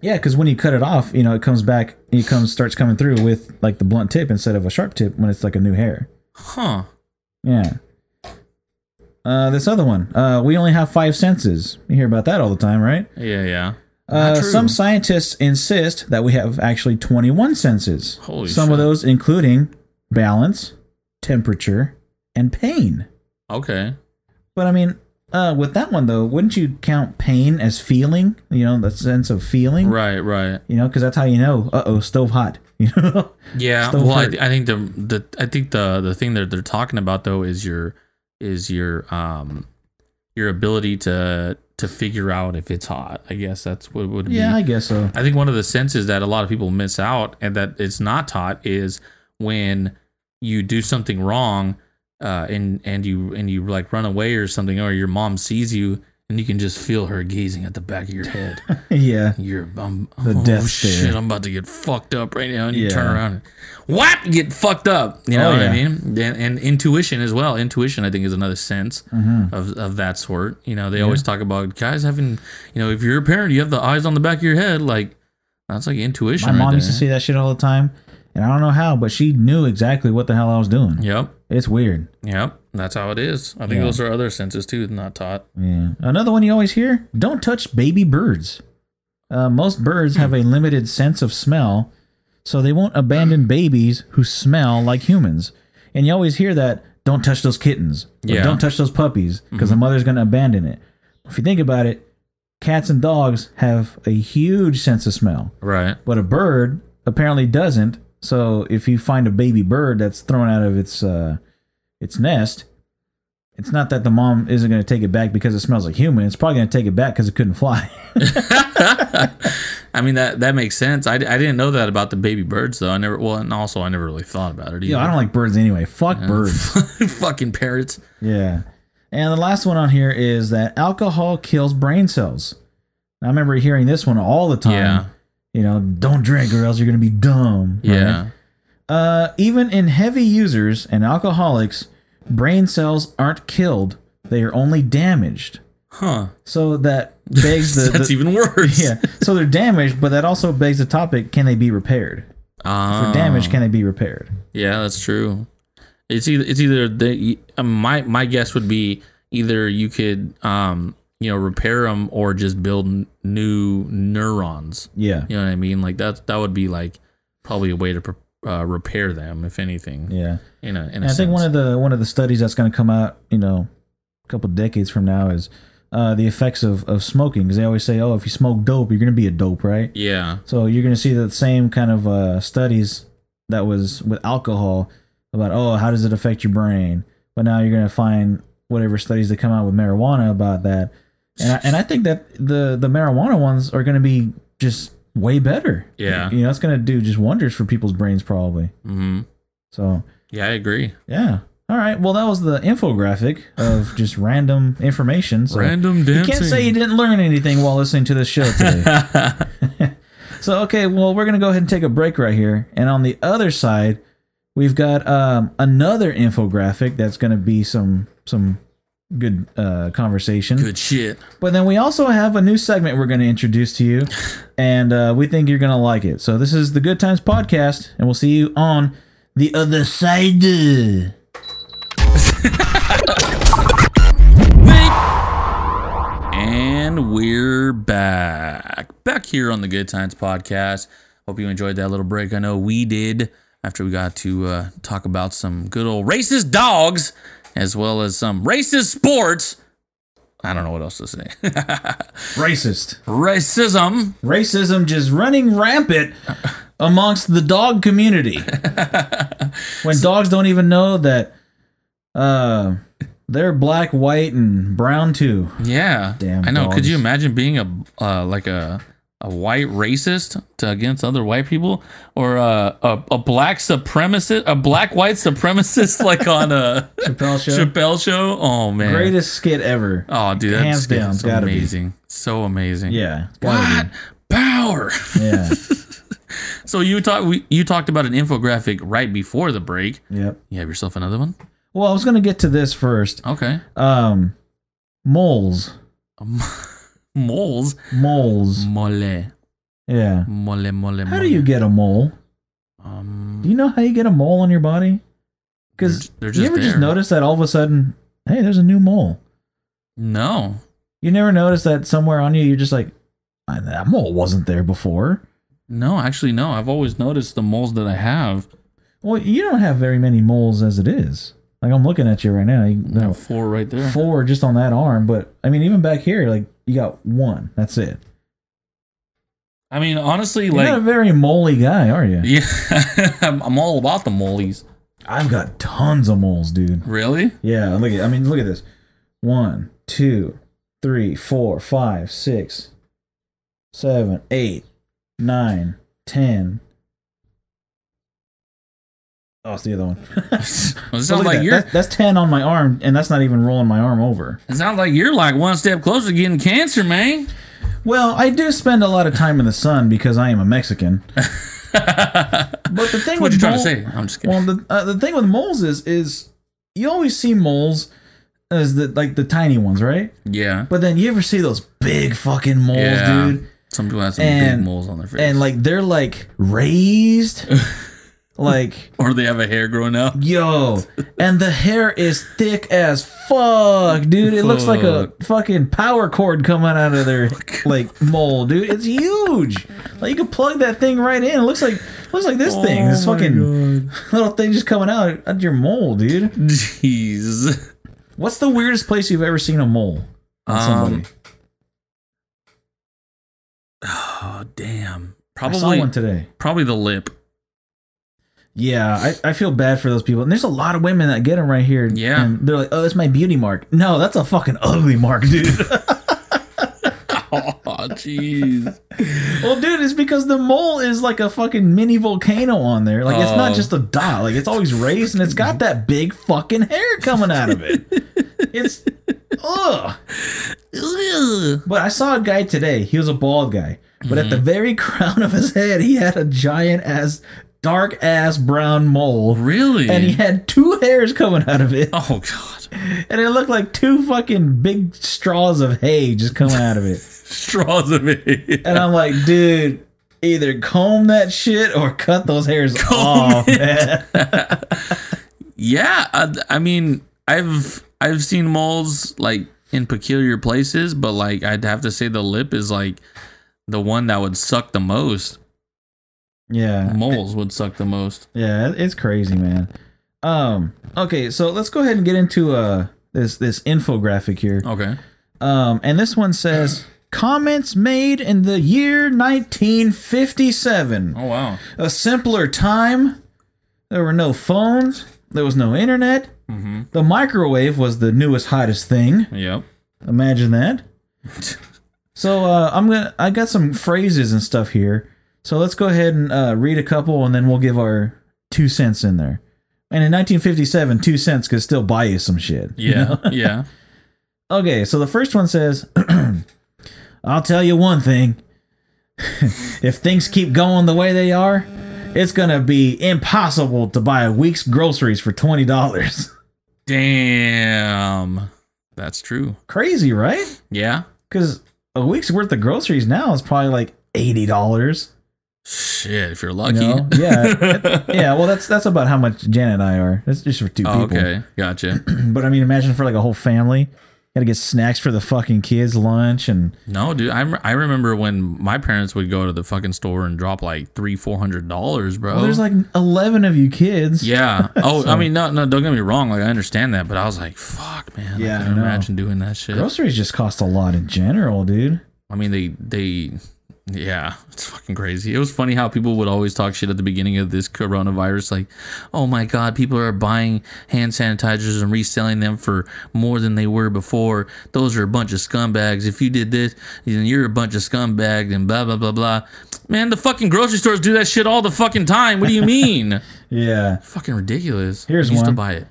Yeah, because when you cut it off, you know, it comes back, it comes, starts coming through with like the blunt tip instead of a sharp tip when it's like a new hair.
Huh.
Yeah. Uh, this other one. Uh, we only have five senses. You hear about that all the time, right?
Yeah. Yeah. Not
Uh,
true.
some scientists insist that we have actually 21 senses.
Holy
some
shit.
of those including balance, temperature, and pain.
Okay.
But I mean, uh, with that one though, wouldn't you count pain as feeling? You know, the sense of feeling.
Right. Right.
You know, because that's how you know. Uh oh, stove hot. You know.
Yeah,
Still
well, I,
hurt.
th- I think the the I think the the thing that they're talking about though is your is your um your ability to to figure out if it's hot. I guess that's what it would
yeah,
be.
I guess so.
I think one of the senses that a lot of people miss out and that it's not taught is when you do something wrong uh, and and you and you like run away or something or your mom sees you and you can just feel her gazing at the back of your head.
yeah.
You're I'm,
The
oh,
death
shit,
stare.
I'm about to get fucked up right now. And you
Yeah.
turn around and whap, you get fucked up. You know
Oh,
what I
yeah.
mean? And, and intuition as well. Intuition, I think, is another sense
Mm-hmm.
of, of that sort. You know, they always talk about guys having, you know, if you're a parent, you have the eyes on the back of your head. Like, that's like intuition.
My
right
mom
there.
used to say that shit all the time, and I don't know how, but she knew exactly what the hell I was doing.
Yep.
It's weird.
Yep. That's how it is. I think
Yeah. Mm-hmm.
those are other senses too, not taught.
Yeah. Another one you always hear: don't touch baby birds. Uh, most birds have a limited sense of smell, so they won't abandon babies who smell like humans. And you always hear that: don't touch those kittens. or
Yeah.
Don't touch those puppies because the mother's going to abandon it. If you think about it, cats and dogs have a huge sense of smell.
Right.
but a bird apparently doesn't. So if you find a baby bird that's thrown out of its uh, its nest, it's not that the mom isn't going to take it back because it smells like human. It's probably going to take it back because it couldn't fly.
I mean, that, that makes sense. I, I didn't know that about the baby birds, though. I never, well, and also I never really thought about it either.
you know, I don't like birds anyway. Fuck birds.
Fucking parrots.
Yeah. And the last one on here is that alcohol kills brain cells. I remember hearing this one all the time.
Yeah.
You know, don't drink or else you're going to be dumb. right?
Yeah.
Uh, even in heavy users and alcoholics, brain cells aren't killed; they are only damaged.
Huh.
So that begs the,
That's
the-
even worse.
yeah. So they're damaged, but that also begs the topic: Can they be repaired?
Ah.
For damage, can they be repaired?
Yeah, that's true. It's either it's either the uh, my my guess would be either you could um you know repair them or just build n- new neurons.
Yeah.
You know what I mean? Like that that would be like probably a way to pre- uh, repair them if anything.
Yeah.
You know, in
And
a
I think one of the one of the studies that's going to come out, you know, a couple decades from now is uh, the effects of of smoking. Because they always say, oh, if you smoke dope, you're going to be a dope, right?
yeah.
So you're going to see the same kind of uh, studies that was with alcohol about, oh, how does it affect your brain? But now you're going to find whatever studies that come out with marijuana about that. And I, and I think that the, the marijuana ones are going to be just way better.
Yeah.
You know, it's going to do just wonders for people's brains, probably.
hmm
So,
Yeah, I agree.
yeah. All right. Well, that was the infographic of just random information. So
Random
you
dancing.
can't say you didn't learn anything while listening to this show today. So okay, well we're gonna go ahead and take a break right here, and on the other side, we've got um, another infographic that's gonna be some some good uh, conversation.
Good shit.
But then we also have a new segment we're gonna introduce to you, and uh, we think you're gonna like it. So this is the Good Times podcast, and we'll see you on the other side.
And we're back. Back here on the Good Times Podcast. Hope you enjoyed that little break. I know we did after we got to uh, talk about some good old racist dogs as well as some racist sports. I don't know what else to say.
Racist,
Racism.
racism just running rampant amongst the dog community. when dogs don't even know that uh, they're black, white, and brown too.
Yeah.
Damn
I know. Could
dogs.
you imagine being a uh, like a a white racist to against other white people or uh, a a black supremacist, a black white supremacist like on a
Chappelle show,
Chappelle show. Oh man.
greatest skit ever.
Oh dude, that's
Hands down,
so
gotta be.
amazing. So amazing.
Yeah, it's gotta
God power.
be. yeah,
so you talked we you talked about an infographic right before the break.
yep.
You have yourself another one?
Well, I was gonna get to this first.
Okay.
Um, moles,
Um, moles.
moles.
Mole.
Yeah.
Mole mole
How do you get a mole?
um
Do you know how you get a mole on your body? Because
They're- they're
you ever
just
just
there.
notice that all of a sudden, hey, there's a new mole.
No.
You never notice that somewhere on you, you're just like, "Ah, that mole wasn't there before.
No, actually no. I've always noticed the moles that I have.
Well, you don't have very many moles as it is. Like I'm looking at you right now. You
I
know,
have four right there.
four just on that arm, but I mean, even back here, like you got one. That's it.
I mean, honestly,
You're
like
not a very moly guy, are you?
yeah, I'm, I'm all about the moles.
I've got tons of moles, dude.
Really?
Yeah, look at. I mean, look at this. One, two, three, four, five, six, seven, eight, nine, ten. Oh, it's the other one.
Well, it
Look
sounds
at
like
that.
you're
That- that's ten on my arm, and that's not even rolling my arm over.
It sounds like you're like one step closer to getting cancer, man.
Well, I do spend a lot of time in the sun because I am a Mexican. But the thing
what
with
you trying to
mole-
say? I'm just kidding.
Well, the uh, the thing with moles is is you always see moles as the like the tiny ones, right?
yeah.
But then you ever see those big fucking moles,
yeah.
dude?
Some people have some
And-
big moles on their face.
And like they're like raised, like
or they have a hair growing out.
yo, and the hair is thick as fuck, dude. It looks like a fucking power cord coming out of their like mole, dude. It's huge. Like you could plug that thing right in. It looks like looks like this thing. This
Oh
fucking little thing just coming out of your mole, dude.
Jeez.
What's the weirdest place you've ever seen a mole? on somebody?
Um, oh damn.
I saw
Probably
one today.
probably the lip.
Yeah, I, I feel bad for those people. And there's a lot of women that get them right here.
Yeah.
And they're like, oh, it's my beauty mark. No, that's a fucking ugly mark, dude.
Oh jeez.
well, dude, it's because the mole is like a fucking mini volcano on there. Like, it's not
Oh.
just a dot. Like, it's always raised and it's got that big fucking hair coming out of it. It's, ugh.
Ugh.
But I saw a guy
Mm-hmm.
today. He was a bald guy. But at the very crown of his head, he had a giant ass dark ass brown mole,
Really?
and he had two hairs coming out of it,
oh god.
and it looked like two fucking big straws of hay just coming out of it.
Straws of me.
And I'm like, dude, either comb that shit or cut those hairs off. man.
Yeah, I, I mean, I've I've seen moles like in peculiar places, but like I'd have to say the lip is like the one that would suck the most.
Yeah.
Moles would suck the most.
Yeah, it- it's crazy, man. Um, okay, so let's go ahead and get into uh this this infographic here.
Okay.
Um, and this one says comments made in the year 1957.
Oh wow.
A simpler time. There were no phones. There was no internet.
Mm-hmm.
The microwave was the newest hottest thing.
Yep.
Imagine that. So uh, I'm gonna I got some phrases and stuff here. So let's go ahead and uh, read a couple, and then we'll give our two cents in there. And in 1957, two cents could still buy you some shit. you
Yeah.
know?
yeah.
Okay. So the first one says, "I'll tell you one thing. if things keep going the way they are, it's gonna be impossible to buy a week's groceries for twenty dollars.
Damn. That's true.
Crazy, right?
Yeah.
Because a week's worth of groceries now is probably like eighty dollars."
Shit, if you're lucky.
No, yeah, yeah. Well, that's that's about how much Janet and I are. That's just for two
Oh,
people.
okay. Gotcha.
But I mean, imagine for like a whole family. Got to get snacks for the fucking kids, lunch, and
No, dude, I, I remember when my parents would go to the fucking store and drop like three, four hundred dollars, bro.
well, there's like eleven of you kids.
yeah. Oh, I mean, no, no, don't get me wrong. Like, I understand that, but I was like, fuck, man.
Yeah,
I
I
can
know.
imagine doing that shit.
groceries just cost a lot in general, dude.
I mean, they, they, yeah, it's fucking crazy. It was funny how people would always talk shit at the beginning of this coronavirus, like, oh my god, people are buying hand sanitizers and reselling them for more than they were before. Those are a bunch of scumbags. If you did this, then you're a bunch of scumbags and blah blah blah blah. Man, the fucking grocery stores do that shit all the fucking time. What do you mean?
Yeah.
fucking ridiculous.
Here's
I used to
one.
buy it.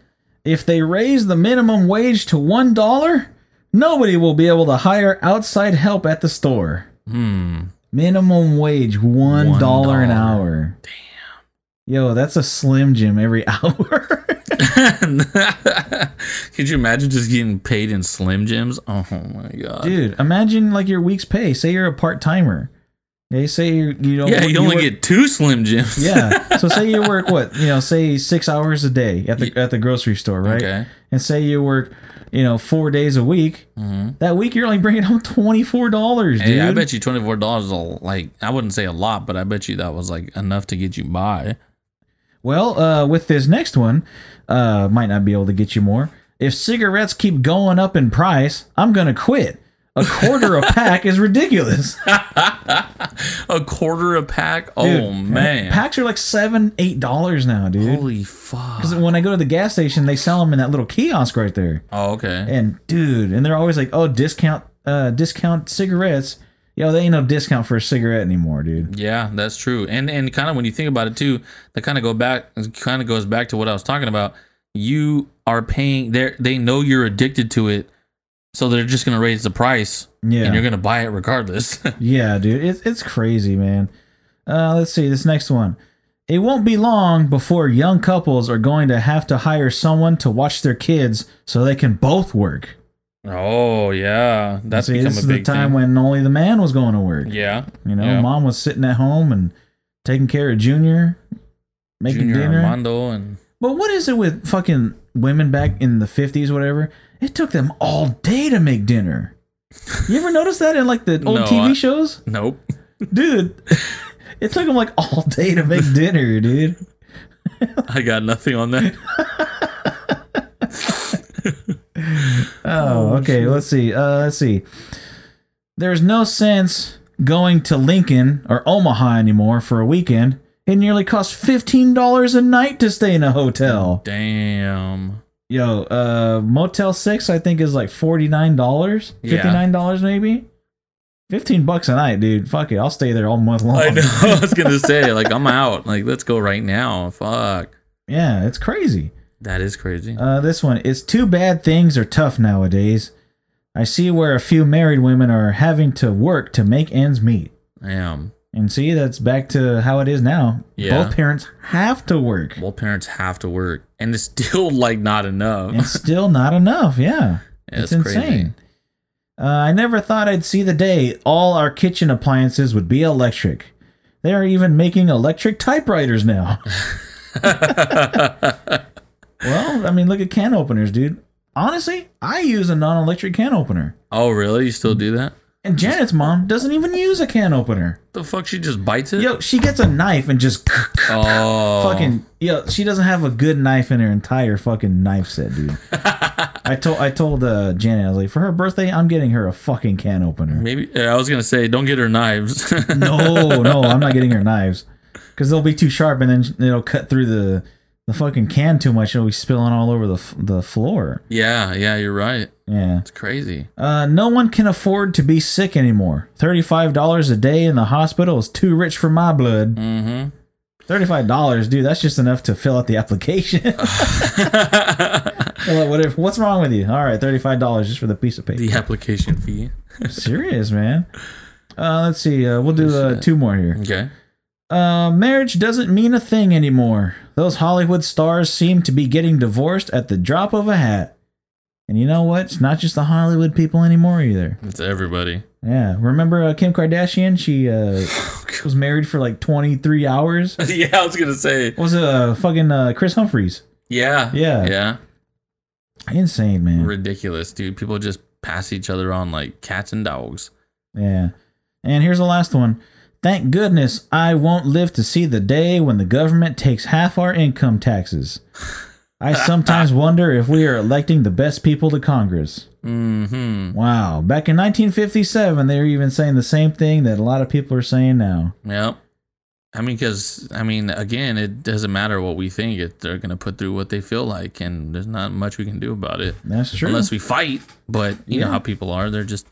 If they raise the minimum wage to one dollar, nobody will be able to hire outside help at the store.
Hmm.
Minimum wage one dollar an
$1.
hour. Damn. Yo, that's a slim jim every hour.
Could you imagine just getting paid in Slim Jims? Oh my god.
dude imagine like your week's pay say you're a part-timer they say you, you don't
yeah, you only
work-
get two Slim Jims.
yeah so say you work what you know say six hours a day at the at the grocery store right
Okay.
and say you work you know four days a week that week you're only bringing home $24 dude
Mm-hmm. Hey, I bet you twenty four dollars is a- like I wouldn't say a lot, but I bet you that was like enough to get you by.
well uh with this next one uh might not be able to get you more if cigarettes keep going up in price i'm gonna quit a quarter a pack is ridiculous
A quarter a pack.
dude.
oh man.
packs are like seven eight dollars now dude
Holy fuck.
Because when I go to the gas station, they sell them in that little kiosk right there.
Oh okay.
And dude, and they're always like, "Oh, discount, uh, discount cigarettes." Yo, they ain't no discount for a cigarette anymore, dude.
Yeah, that's true. And and kind of when you think about it too, that kind of go back kind of goes back to what I was talking about. You are paying they they know you're addicted to it, so they're just going to raise the price and you're
Yeah,
going to buy it regardless.
yeah, dude. It's it's crazy, man. Uh, let's see this next one. It won't be long before young couples are going to have to hire someone to watch their kids so they can both work.
oh, yeah. That's
See,
become
this
a
is
big
the time
thing.
when only the man was going to work.
yeah.
You know,
Yeah.
mom was sitting at home and taking care of Junior, making
Junior
dinner.
Armando and
But what is it with fucking women back in the fifties, whatever? It took them all day to make dinner. You ever notice that in like the old
No,
TV
I-
shows,
Nope.
dude? It took them like all day to make dinner, dude.
I got nothing on that.
Oh, okay. Let's see. Uh, let's see. There's no sense going to Lincoln or Omaha anymore for a weekend. It nearly costs fifteen dollars a night to stay in a hotel.
Damn.
Yo, uh, Motel Six, I think is like forty nine dollars,
Yeah.
fifty nine dollars maybe. Fifteen bucks a night, dude. Fuck it, I'll stay there all month long.
I know. I was going to say like I'm out. Like let's go right now. Fuck.
Yeah, it's crazy.
That is crazy.
Uh, this one, it's too bad things are tough nowadays. I see where a few married women are having to work to make ends meet.
Damn.
And see, that's back to how it is now.
Yeah.
Both parents have to work.
Both parents have to work, and it's still like not enough.
It's still not enough. Yeah. it's
That's crazy.
insane. Uh, I never thought I'd see the day all our kitchen appliances would be electric. They are even making electric typewriters now. well, I mean, look at can openers, dude. Honestly, I use a non electric can opener.
Oh, really? You still do that?
And Janet's mom doesn't even use a can opener.
The fuck? She just bites it?
Yo, she gets a knife and just
Oh.
fucking yo. She doesn't have a good knife in her entire fucking knife set, dude. I told I told uh, Janet I was like, for her birthday, I'm getting her a fucking can opener.
Maybe yeah, I was gonna say, don't get her knives.
No, no, I'm not getting her knives because they'll be too sharp and then it'll cut through the the fucking can too much. It'll be spilling all over the f- the floor.
yeah, yeah, you're right.
Yeah.
It's crazy.
Uh, no one can afford to be sick anymore. Thirty-five dollars a day in the hospital is too rich for my blood.
Mm.
Mm-hmm. Thirty-five dollars, dude. That's just enough to fill out the application. fill out whatever. What's wrong with you? All right, thirty-five dollars just for the piece of paper.
The application fee.
I'm serious, man. Uh, let's see. Uh, we'll do uh,
Shit.
two more here.
Okay.
Uh, marriage doesn't mean a thing anymore. Those Hollywood stars seem to be getting divorced at the drop of a hat. And you know what? It's not just the Hollywood people anymore either.
It's everybody.
Yeah, remember uh, Kim Kardashian? She uh, was married for like 23 hours.
yeah, I was gonna say.
What was it uh, fucking uh, Chris Humphreys?
Yeah.
Yeah.
Yeah.
Insane, man.
Ridiculous, dude. People just pass each other on like cats and dogs.
yeah. And here's the last one. Thank goodness I won't live to see the day when the government takes half our income taxes. I sometimes wonder if we are electing the best people to Congress.
Mm-hmm.
Wow. Back in 1957, they were even saying the same thing that a lot of people are saying now.
Yep. I mean, because I mean, again, it doesn't matter what we think. It, they're gonna put through what they feel like, and there's not much we can do about it.
That's true.
Unless we fight, but you know
Yeah.
how people are. They're just,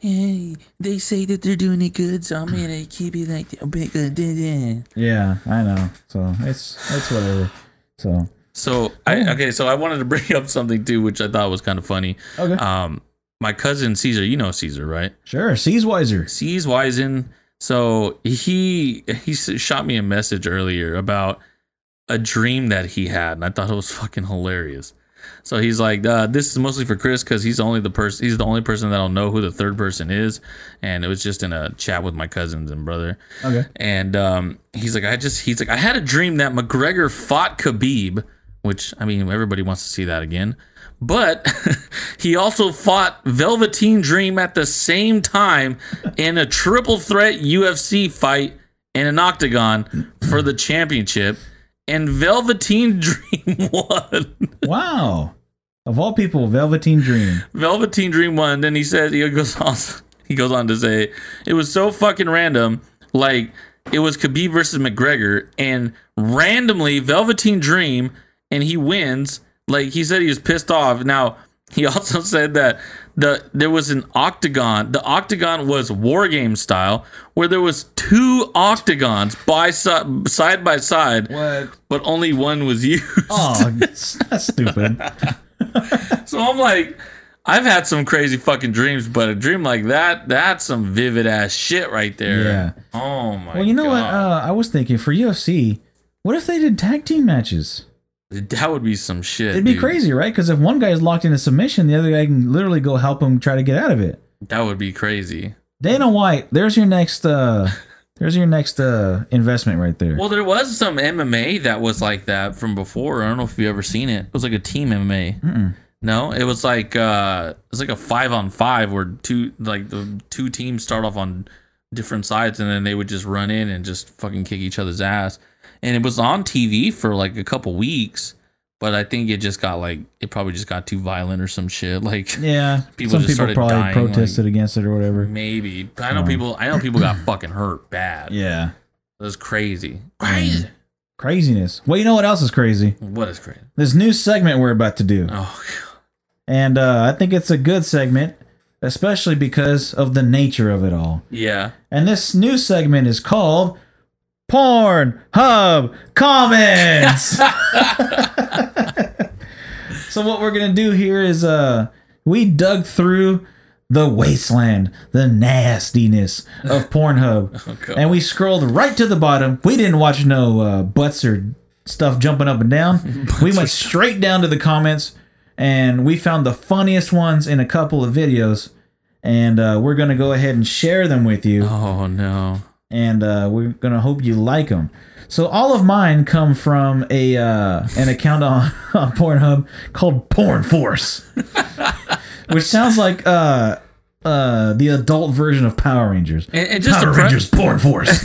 hey, they say that they're doing it good, so I'm gonna keep it like uh, that.
Yeah, I know. So it's it's whatever. So
So I okay. So I wanted to bring up something too, which I thought was kind of funny.
okay,
Um, my cousin Caesar, you know Caesar, right?
sure. Seas wiser.
C's Wizen. So he he s- shot me a message earlier about a dream that he had, and I thought it was fucking hilarious. So he's like, uh, "This is mostly for Chris because he's only the person. He's the only person that'll know who the third person is." And it was just in a chat with my cousins and brother.
Okay.
And um, he's like, "I just," he's like, "I had a dream that McGregor fought Khabib, which I mean, everybody wants to see that again." But he also fought Velveteen Dream at the same time in a triple threat UFC fight in an octagon for the championship, and Velveteen Dream won.
Wow. Of all people, Velveteen Dream.
Velveteen Dream won. Then he said he goes on. He goes on to say it was so fucking random. Like it was Khabib versus McGregor, and randomly Velveteen Dream, and he wins. Like he said, he was pissed off. Now he also said that the there was an octagon. The octagon was war game style, where there was two octagons by si- side by side,
What?
but only one was used.
Oh, that's that's stupid.
So I'm like, I've had some crazy fucking dreams, but a dream like that, that's some vivid ass shit right there.
Yeah.
Oh my.
Well, you know what?
God.
Uh, I was thinking for UFC, what if they did tag team matches?
that would be some shit.
uh, It'd be
dude.
crazy, right? Because if one guy is locked into submission, the other guy can literally go help him try to get out of it.
That would be crazy. Mm.
Dana White, there's your next. uh There's your next uh investment right there.
Well, there was some MMA that was like that from before. I don't know if you ever seen it. It was like a team MMA. No, it was like uh it was like a five on five where two like the two teams start off on different sides and then they would just run in and just fucking kick each other's ass. And it was on TV for like a couple weeks, but I think it just got like it probably just got too violent or some shit. Like
yeah,
people
some
just
people
started
probably
dying, Mm.
protested against it or whatever.
maybe. I know people I know people got fucking hurt bad.
Yeah,
It was crazy. Crazy.
craziness. Well, you know what else is crazy?
What is crazy?
This new segment we're about to do,
Oh God.
and uh, I think it's a good segment, especially because of the nature of it all.
Yeah.
And this new segment is called Porn Hub Comments. so what we're gonna do here is uh we dug through the wasteland, the nastiness of Pornhub.
Oh, God.
and we scrolled right to the bottom. We didn't watch no uh, butts or stuff jumping up and down. we went straight down to the comments and we found the funniest ones in a couple of videos. And uh, we're going to go ahead and share them with you
Oh no.
and uh, we're gonna hope you like them. So all of mine come from a uh, an account on, on Pornhub called Porn Force, which sounds like uh, uh, the adult version of Power Rangers.
And, and just to
Power
pre-
Rangers Porn Force.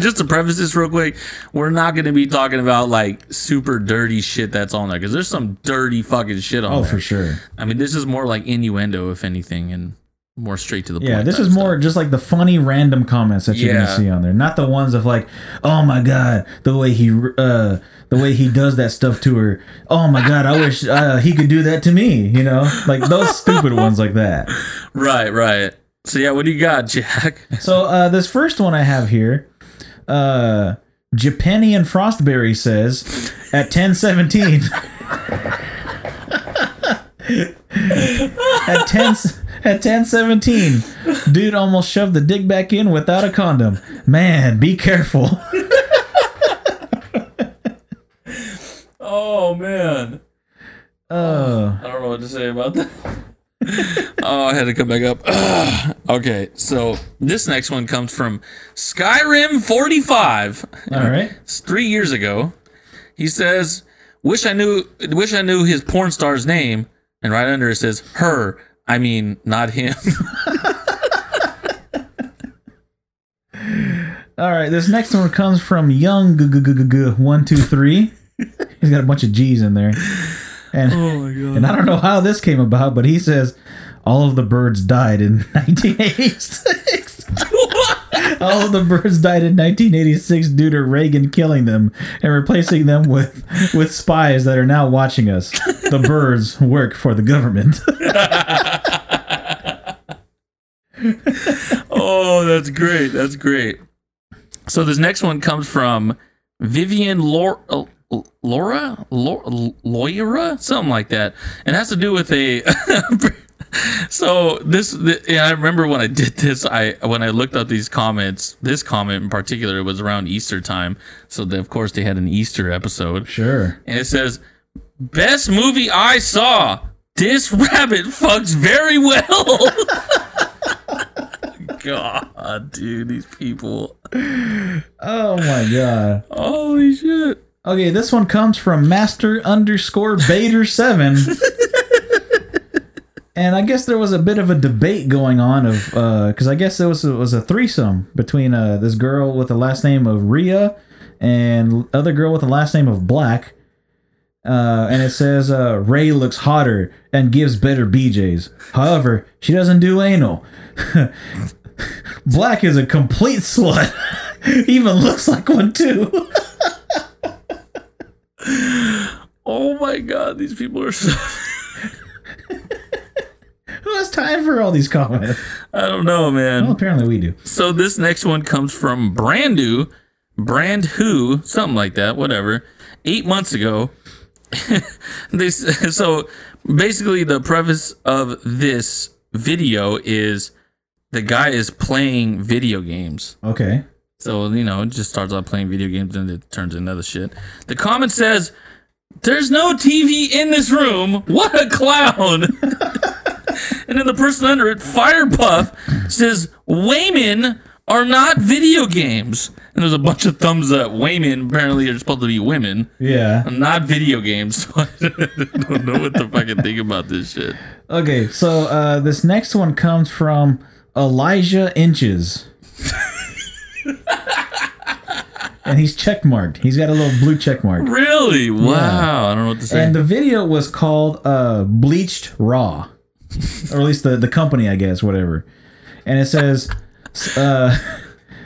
just to preface this real quick, we're not going to be talking about like super dirty shit that's on there because there's some dirty fucking shit on
oh,
there.
for sure.
I mean, this is more like innuendo, if anything, and more straight to the point.
Yeah, this
type
is
stuff.
more just like the funny random comments that you're
Yeah.
gonna see on there, not the ones of like, oh my god, the way he uh, the way he does that stuff to her. Oh my god, I wish uh, he could do that to me. You know, like those stupid ones like that.
Right, right. So yeah, what do you got, Jack?
So uh, this first one I have here, uh, Japenny and Frostberry says at ten seventeen. at ten at ten seventeen, dude almost shoved the dick back in without a condom. Man, be careful.
Oh man,
Oh,
I don't know what to say about that. oh, I had to come back up. okay, so this next one comes from Skyrim 45.
all right.
It's three years ago. He says, "Wish I knew. Wish I knew his porn star's name." And right under it says, "Her." I mean, not him.
All right, this next one comes from Young G- G- G- G- G- One Two Three. He's got a bunch of G's in there, and and I don't know how this came about, but he says all of the birds died in 1986. all of the birds died in 1986 due to Reagan killing them and replacing them with with spies that are now watching us. The birds work for the government.
oh, that's great. That's great. So this next one comes from Vivian Lor- uh, Laura, Lor- Loira, something like that, and it has to do with a. so this, the, yeah, I remember when I did this, I when I looked up these comments, this comment in particular was around Easter time, so they, of course they had an Easter episode,
sure.
and it says, "Best movie I saw." This rabbit fucks very well. God, dude, these people.
Oh my god.
Holy shit.
Okay, this one comes from Master underscore Bader seven. And I guess there was a bit of a debate going on of because I guess there was a, was a threesome between uh, this girl with the last name of Rhea and other girl with the last name of Black, uh, and it says uh, Ray looks hotter and gives better BJ's. However, she doesn't do anal. Black is a complete slut. Even looks like one too.
Oh my god, these people are so
Who has time for all these comments?
I don't know,
Well,
man.
apparently we do.
So this next one comes from Brandu, Brand Who, something like that, whatever. 8 months ago. this so basically the preface of this video is the guy is playing video games.
Okay.
So, you know, it just starts out playing video games and it turns into other shit. The comment says, There's no TV in this room. What a clown. and then the person under it, Firepuff, says, Women are not video games. And there's a bunch of thumbs up. Women apparently are supposed to be women,
Yeah.
not video games. So I don't know what the fucking think about this shit.
Okay. So uh, this next one comes from Elijah Inches. and he's checkmarked. He's got a little blue checkmark.
Really? Wow. I don't know what to say.
And the video was called uh, Bleached Raw, or at least the, the company, I guess, whatever. And it says, uh,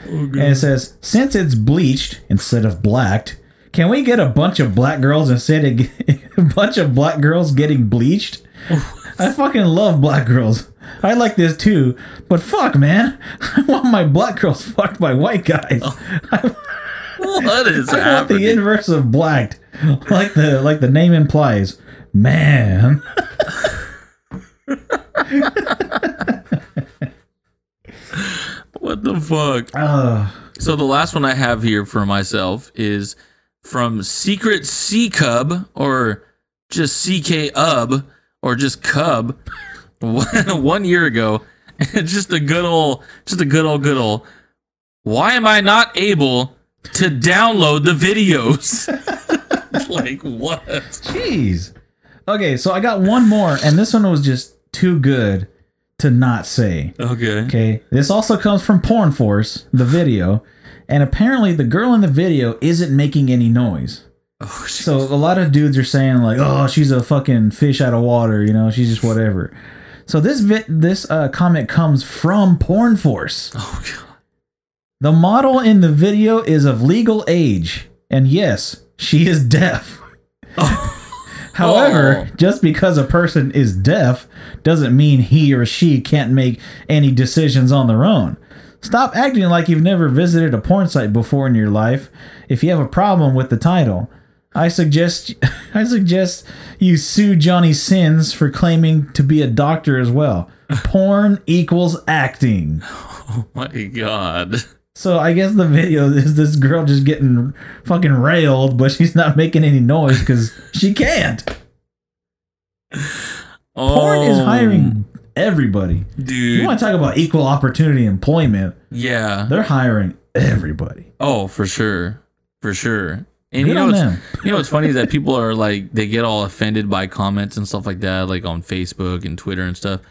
and it says, since it's bleached instead of blacked, can we get a bunch of black girls instead of get- a bunch of black girls getting bleached? I fucking love black girls. I like this too, but fuck, man, I want my black girls fucked by white guys.
what is
I want the
happening?
inverse of blacked, like the like the name implies. Man,
the fuck?
Ugh.
So the last one I have here for myself is from Secret C Cub or just CK Ub or just Cub one one year ago. just a good old, just a good old, good old. Why am I not able to download the videos? like what?
Jeez. Okay, so I got one more, and this one was just too good to not say.
Okay.
Okay, this also comes from Porn Force, the video, and apparently the girl in the video isn't making any noise.
Oh, shit.
So a lot of dudes are saying like, "Oh, she's a fucking fish out of water," you know, she's just whatever. So this vi- this uh, comment comes from Porn Force.
oh god.
The model in the video is of legal age, and yes, she is deaf. However,
Oh.
just because a person is deaf doesn't mean he or she can't make any decisions on their own. Stop acting like you've never visited a porn site before in your life if you have a problem with the title. I suggest I suggest you sue Johnny Sins for claiming to be a doctor as well. Porn equals acting.
Oh my god.
So I guess the video is this girl just getting fucking railed, but she's not making any noise because she can't. Porn is
Oh,
hiring everybody. You
dude.
want to talk about equal opportunity employment?
Yeah.
They're hiring everybody.
Oh, for sure, for sure. And you
Good
know,
on
what's,
them.
you know what's funny is that people are like they get all offended by comments and stuff like that, like on Facebook and Twitter and stuff.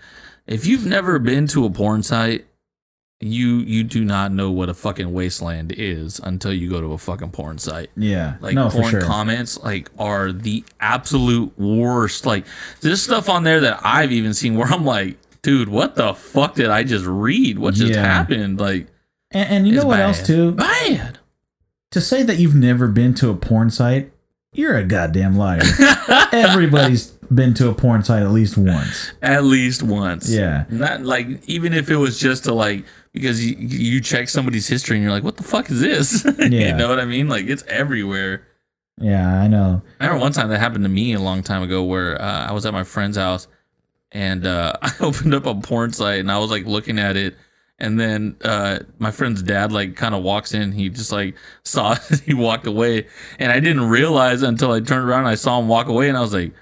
If you've never been to a porn site, you you do not know what a fucking wasteland is until you go to a fucking porn site.
Yeah,
Like
no, for
porn
sure.
comments like are the absolute worst. Like there's stuff on there that I've even seen where I'm like, dude, what the fuck did I just read? What just
Yeah.
happened? Like
and, and you
it's
know what else
bad.
too?
Bad.
To say that you've never been to a porn site, you're a goddamn liar. Everybody's been to a porn site at least once.
at least once.
Yeah.
Not like even if it was just to like because you you check somebody's history and you're like, what the fuck is this? you
Yeah.
know what I mean? Like it's everywhere.
Yeah, I know.
I remember one time that happened to me a long time ago where uh, I was at my friend's house and uh, I opened up a porn site and I was like looking at it. And then uh, my friend's dad like kind of walks in. He just like saw it, he walked away, and I didn't realize until I turned around. and I saw him walk away, and I was like,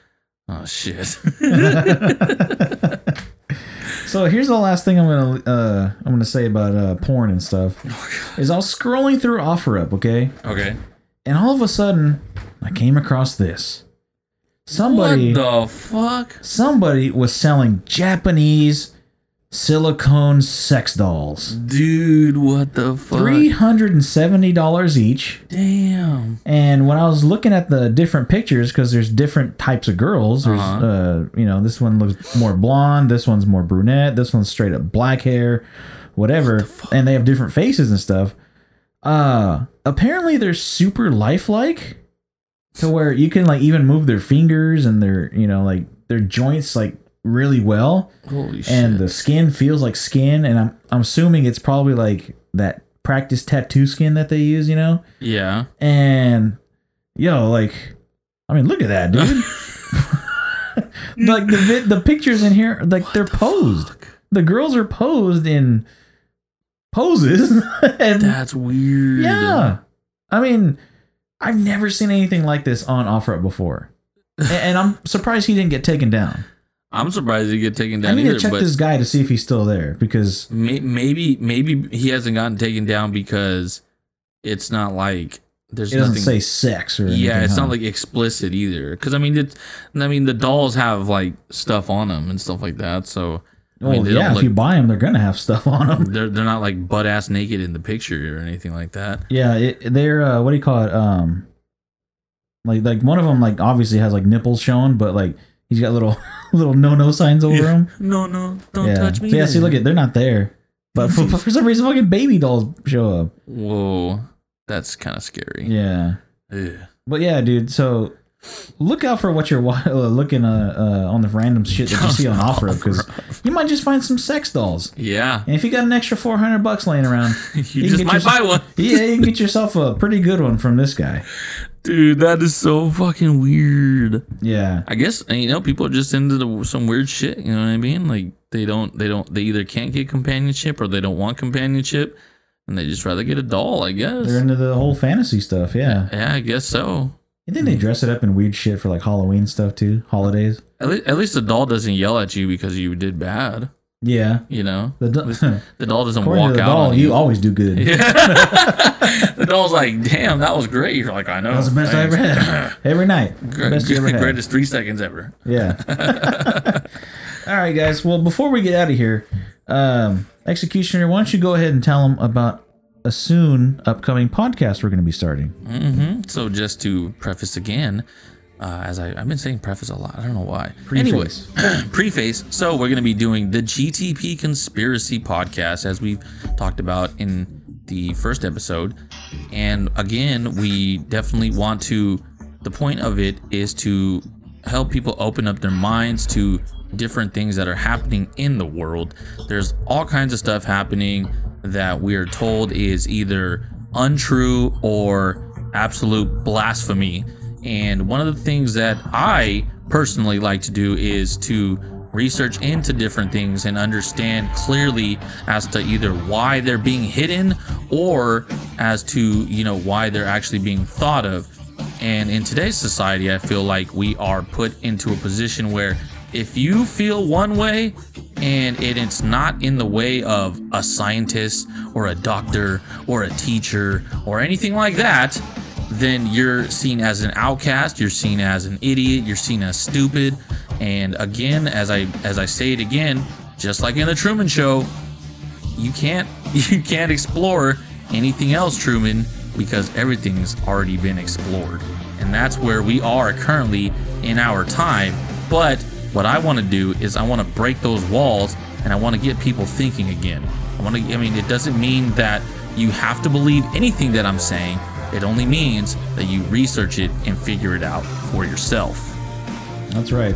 "Oh shit!"
So here's the last thing I'm gonna uh, I'm gonna say about uh, porn and stuff.
Oh
is I was scrolling through OfferUp, okay,
okay.
and all of a sudden I came across this. Somebody
What the fuck?
somebody was selling Japanese silicone sex dolls,
Dude, what the fuck?
three hundred and seventy dollars each.
Damn.
And when I was looking at the different pictures, because there's different types of girls, there's,
Uh-huh.
uh, you know, this one looks more blonde, this one's more brunette, this one's straight up black hair, whatever, and they have different faces and stuff. Uh, apparently they're super lifelike, to where you can like even move their fingers and their, you know, like their joints like really well,
Holy shit.
and the skin feels like skin, and I'm I'm assuming it's probably like that practice tattoo skin that they use, you know.
yeah.
And yo, like, I mean, look at that, dude. like the vi- the pictures in here, like they're posed. The girls are posed in poses, and
That's weird.
yeah, I mean, I've never seen anything like this on OfferUp before, A- and, I'm surprised he didn't get taken down.
I'm surprised he get taken
I
down
need
either,
to check
but
this guy to see if he's still there because
may- maybe maybe he hasn't gotten taken down because it's not like there's
it doesn't
nothing
say sex or anything,
Yeah, it's
huh?
not like explicit either. Cuz I mean it's I mean the dolls have like stuff on them and stuff like that, so I
Well,
mean, they don't
yeah, if
look-
you buy them, they're gonna have stuff on them.
they're they're not like butt ass naked in the picture or anything like that.
Yeah, it, they're uh, what do you call it? Um, like like one of them like obviously has like nipples shown, but like he's got little little no no signs over him.
No, no, don't
yeah.
touch me.
So, yeah, see, look at they're not there, but for, for some reason, fucking baby dolls show up.
Whoa, that's kind of scary.
Yeah,
Ugh.
but yeah, dude. So look out for what you're wa- uh, looking uh, uh, on the random shit that you see on offer because you might just find some sex dolls.
Yeah,
And if you got an extra four hundred bucks laying around,
you
can
just
get
might
yourself-
buy one.
yeah, you can get yourself a pretty good one from this guy.
Dude, that is so fucking weird.
Yeah.
I guess you know people are just into the, some weird shit. You know what I mean? Like they don't, they don't, they either can't get companionship or they don't want companionship, and they just rather get a doll. I guess.
They're into the whole fantasy stuff, yeah.
yeah, I guess so.
You think they dress it up in weird shit for like Halloween stuff too? Holidays?
At, le- at least the doll doesn't yell at you because you did bad.
Yeah.
You know,
The do-
the doll doesn't
according
walk
to the
out.
doll,
on
you
you
always do good.
Yeah. the doll's like, damn, that was great. You're like, I know.
That was the best I ever had. Every night.
Great,
best you ever had.
greatest three seconds ever.
Yeah. All right, guys. Well, before we get out of here, um, Executioner, why don't you go ahead and tell them about a soon upcoming podcast we're going to be starting?
So just to preface again, uh, as I, I've been saying preface a lot. I don't know why.
Preface.
Anyways, preface. So we're going to be doing the GTP Conspiracy Podcast, as we've talked about in the first episode. And again, we definitely want to, the point of it is to help people open up their minds to different things that are happening in the world. There's all kinds of stuff happening that we are told is either untrue or absolute blasphemy. And one of the things that I personally like to do is to research into different things and understand clearly as to either why they're being hidden or as to, you know, why they're actually being thought of. And in today's society, I feel like we are put into a position where if you feel one way and it- it's not in the way of a scientist or a doctor or a teacher or anything like that, then you're seen as an outcast, you're seen as an idiot, you're seen as stupid. And again, as I as I say it again, just like in the Truman show, you can't you can't explore anything else truman because everything's already been explored and that's where we are currently in our time but what i want to do is i want to break those walls and i want to get people thinking again i want to i mean it doesn't mean that you have to believe anything that i'm saying it only means that you research it and figure it out for yourself
That's right.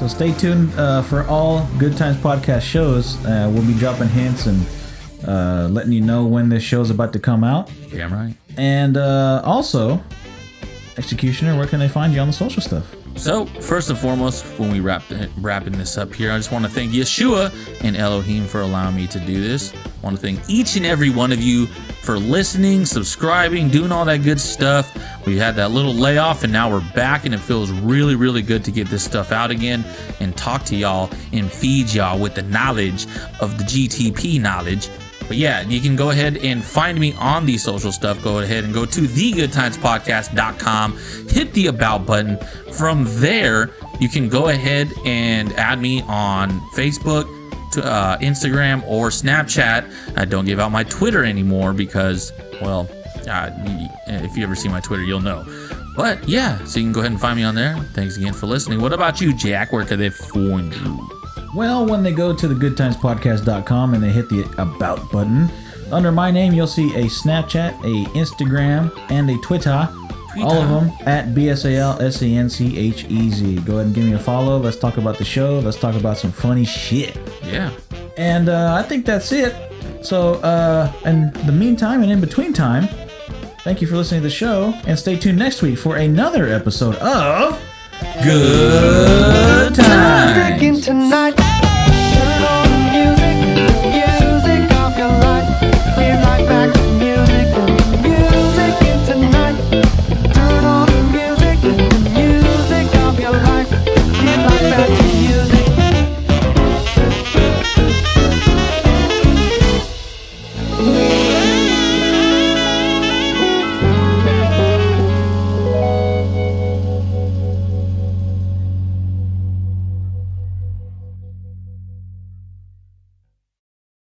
So stay tuned uh, for all Good Times podcast shows. Uh, we'll be dropping hints and uh, letting you know when this show's about to come out.
damn right
And uh, also, Executioner, where can they find you on the social stuff?
So, first and foremost, when we wrap wrapping this up here, I just want to thank Yeshua and Elohim for allowing me to do this. I want to thank each and every one of you for listening, subscribing, doing all that good stuff. We had that little layoff and now we're back and it feels really really good to get this stuff out again and talk to y'all and feed y'all with the knowledge of the GTP knowledge. But yeah, you can go ahead and find me on the social stuff. Go ahead and go to thegoodtimespodcast.com, hit the about button. From there, you can go ahead and add me on Facebook, to, uh, Instagram, or Snapchat. I don't give out my Twitter anymore because, well, uh, y- if you ever see my Twitter, you'll know. But yeah, so you can go ahead and find me on there. Thanks again for listening. What about you, Jack? Where could they find you?
Well, when they go to thegoodtimespodcast.com and they hit the about button, under my name you'll see a Snapchat, a Instagram, and a Twitter. All of them at B-S-A-L-S-E-N-C-H-E-Z. E Go ahead and give me a follow. Let's talk about the show. Let's talk about some funny shit.
Yeah.
And uh, I think that's it. So, uh, in the meantime and in between time, thank you for listening to the show. And stay tuned next week for another episode of
Good time.
drinking tonight.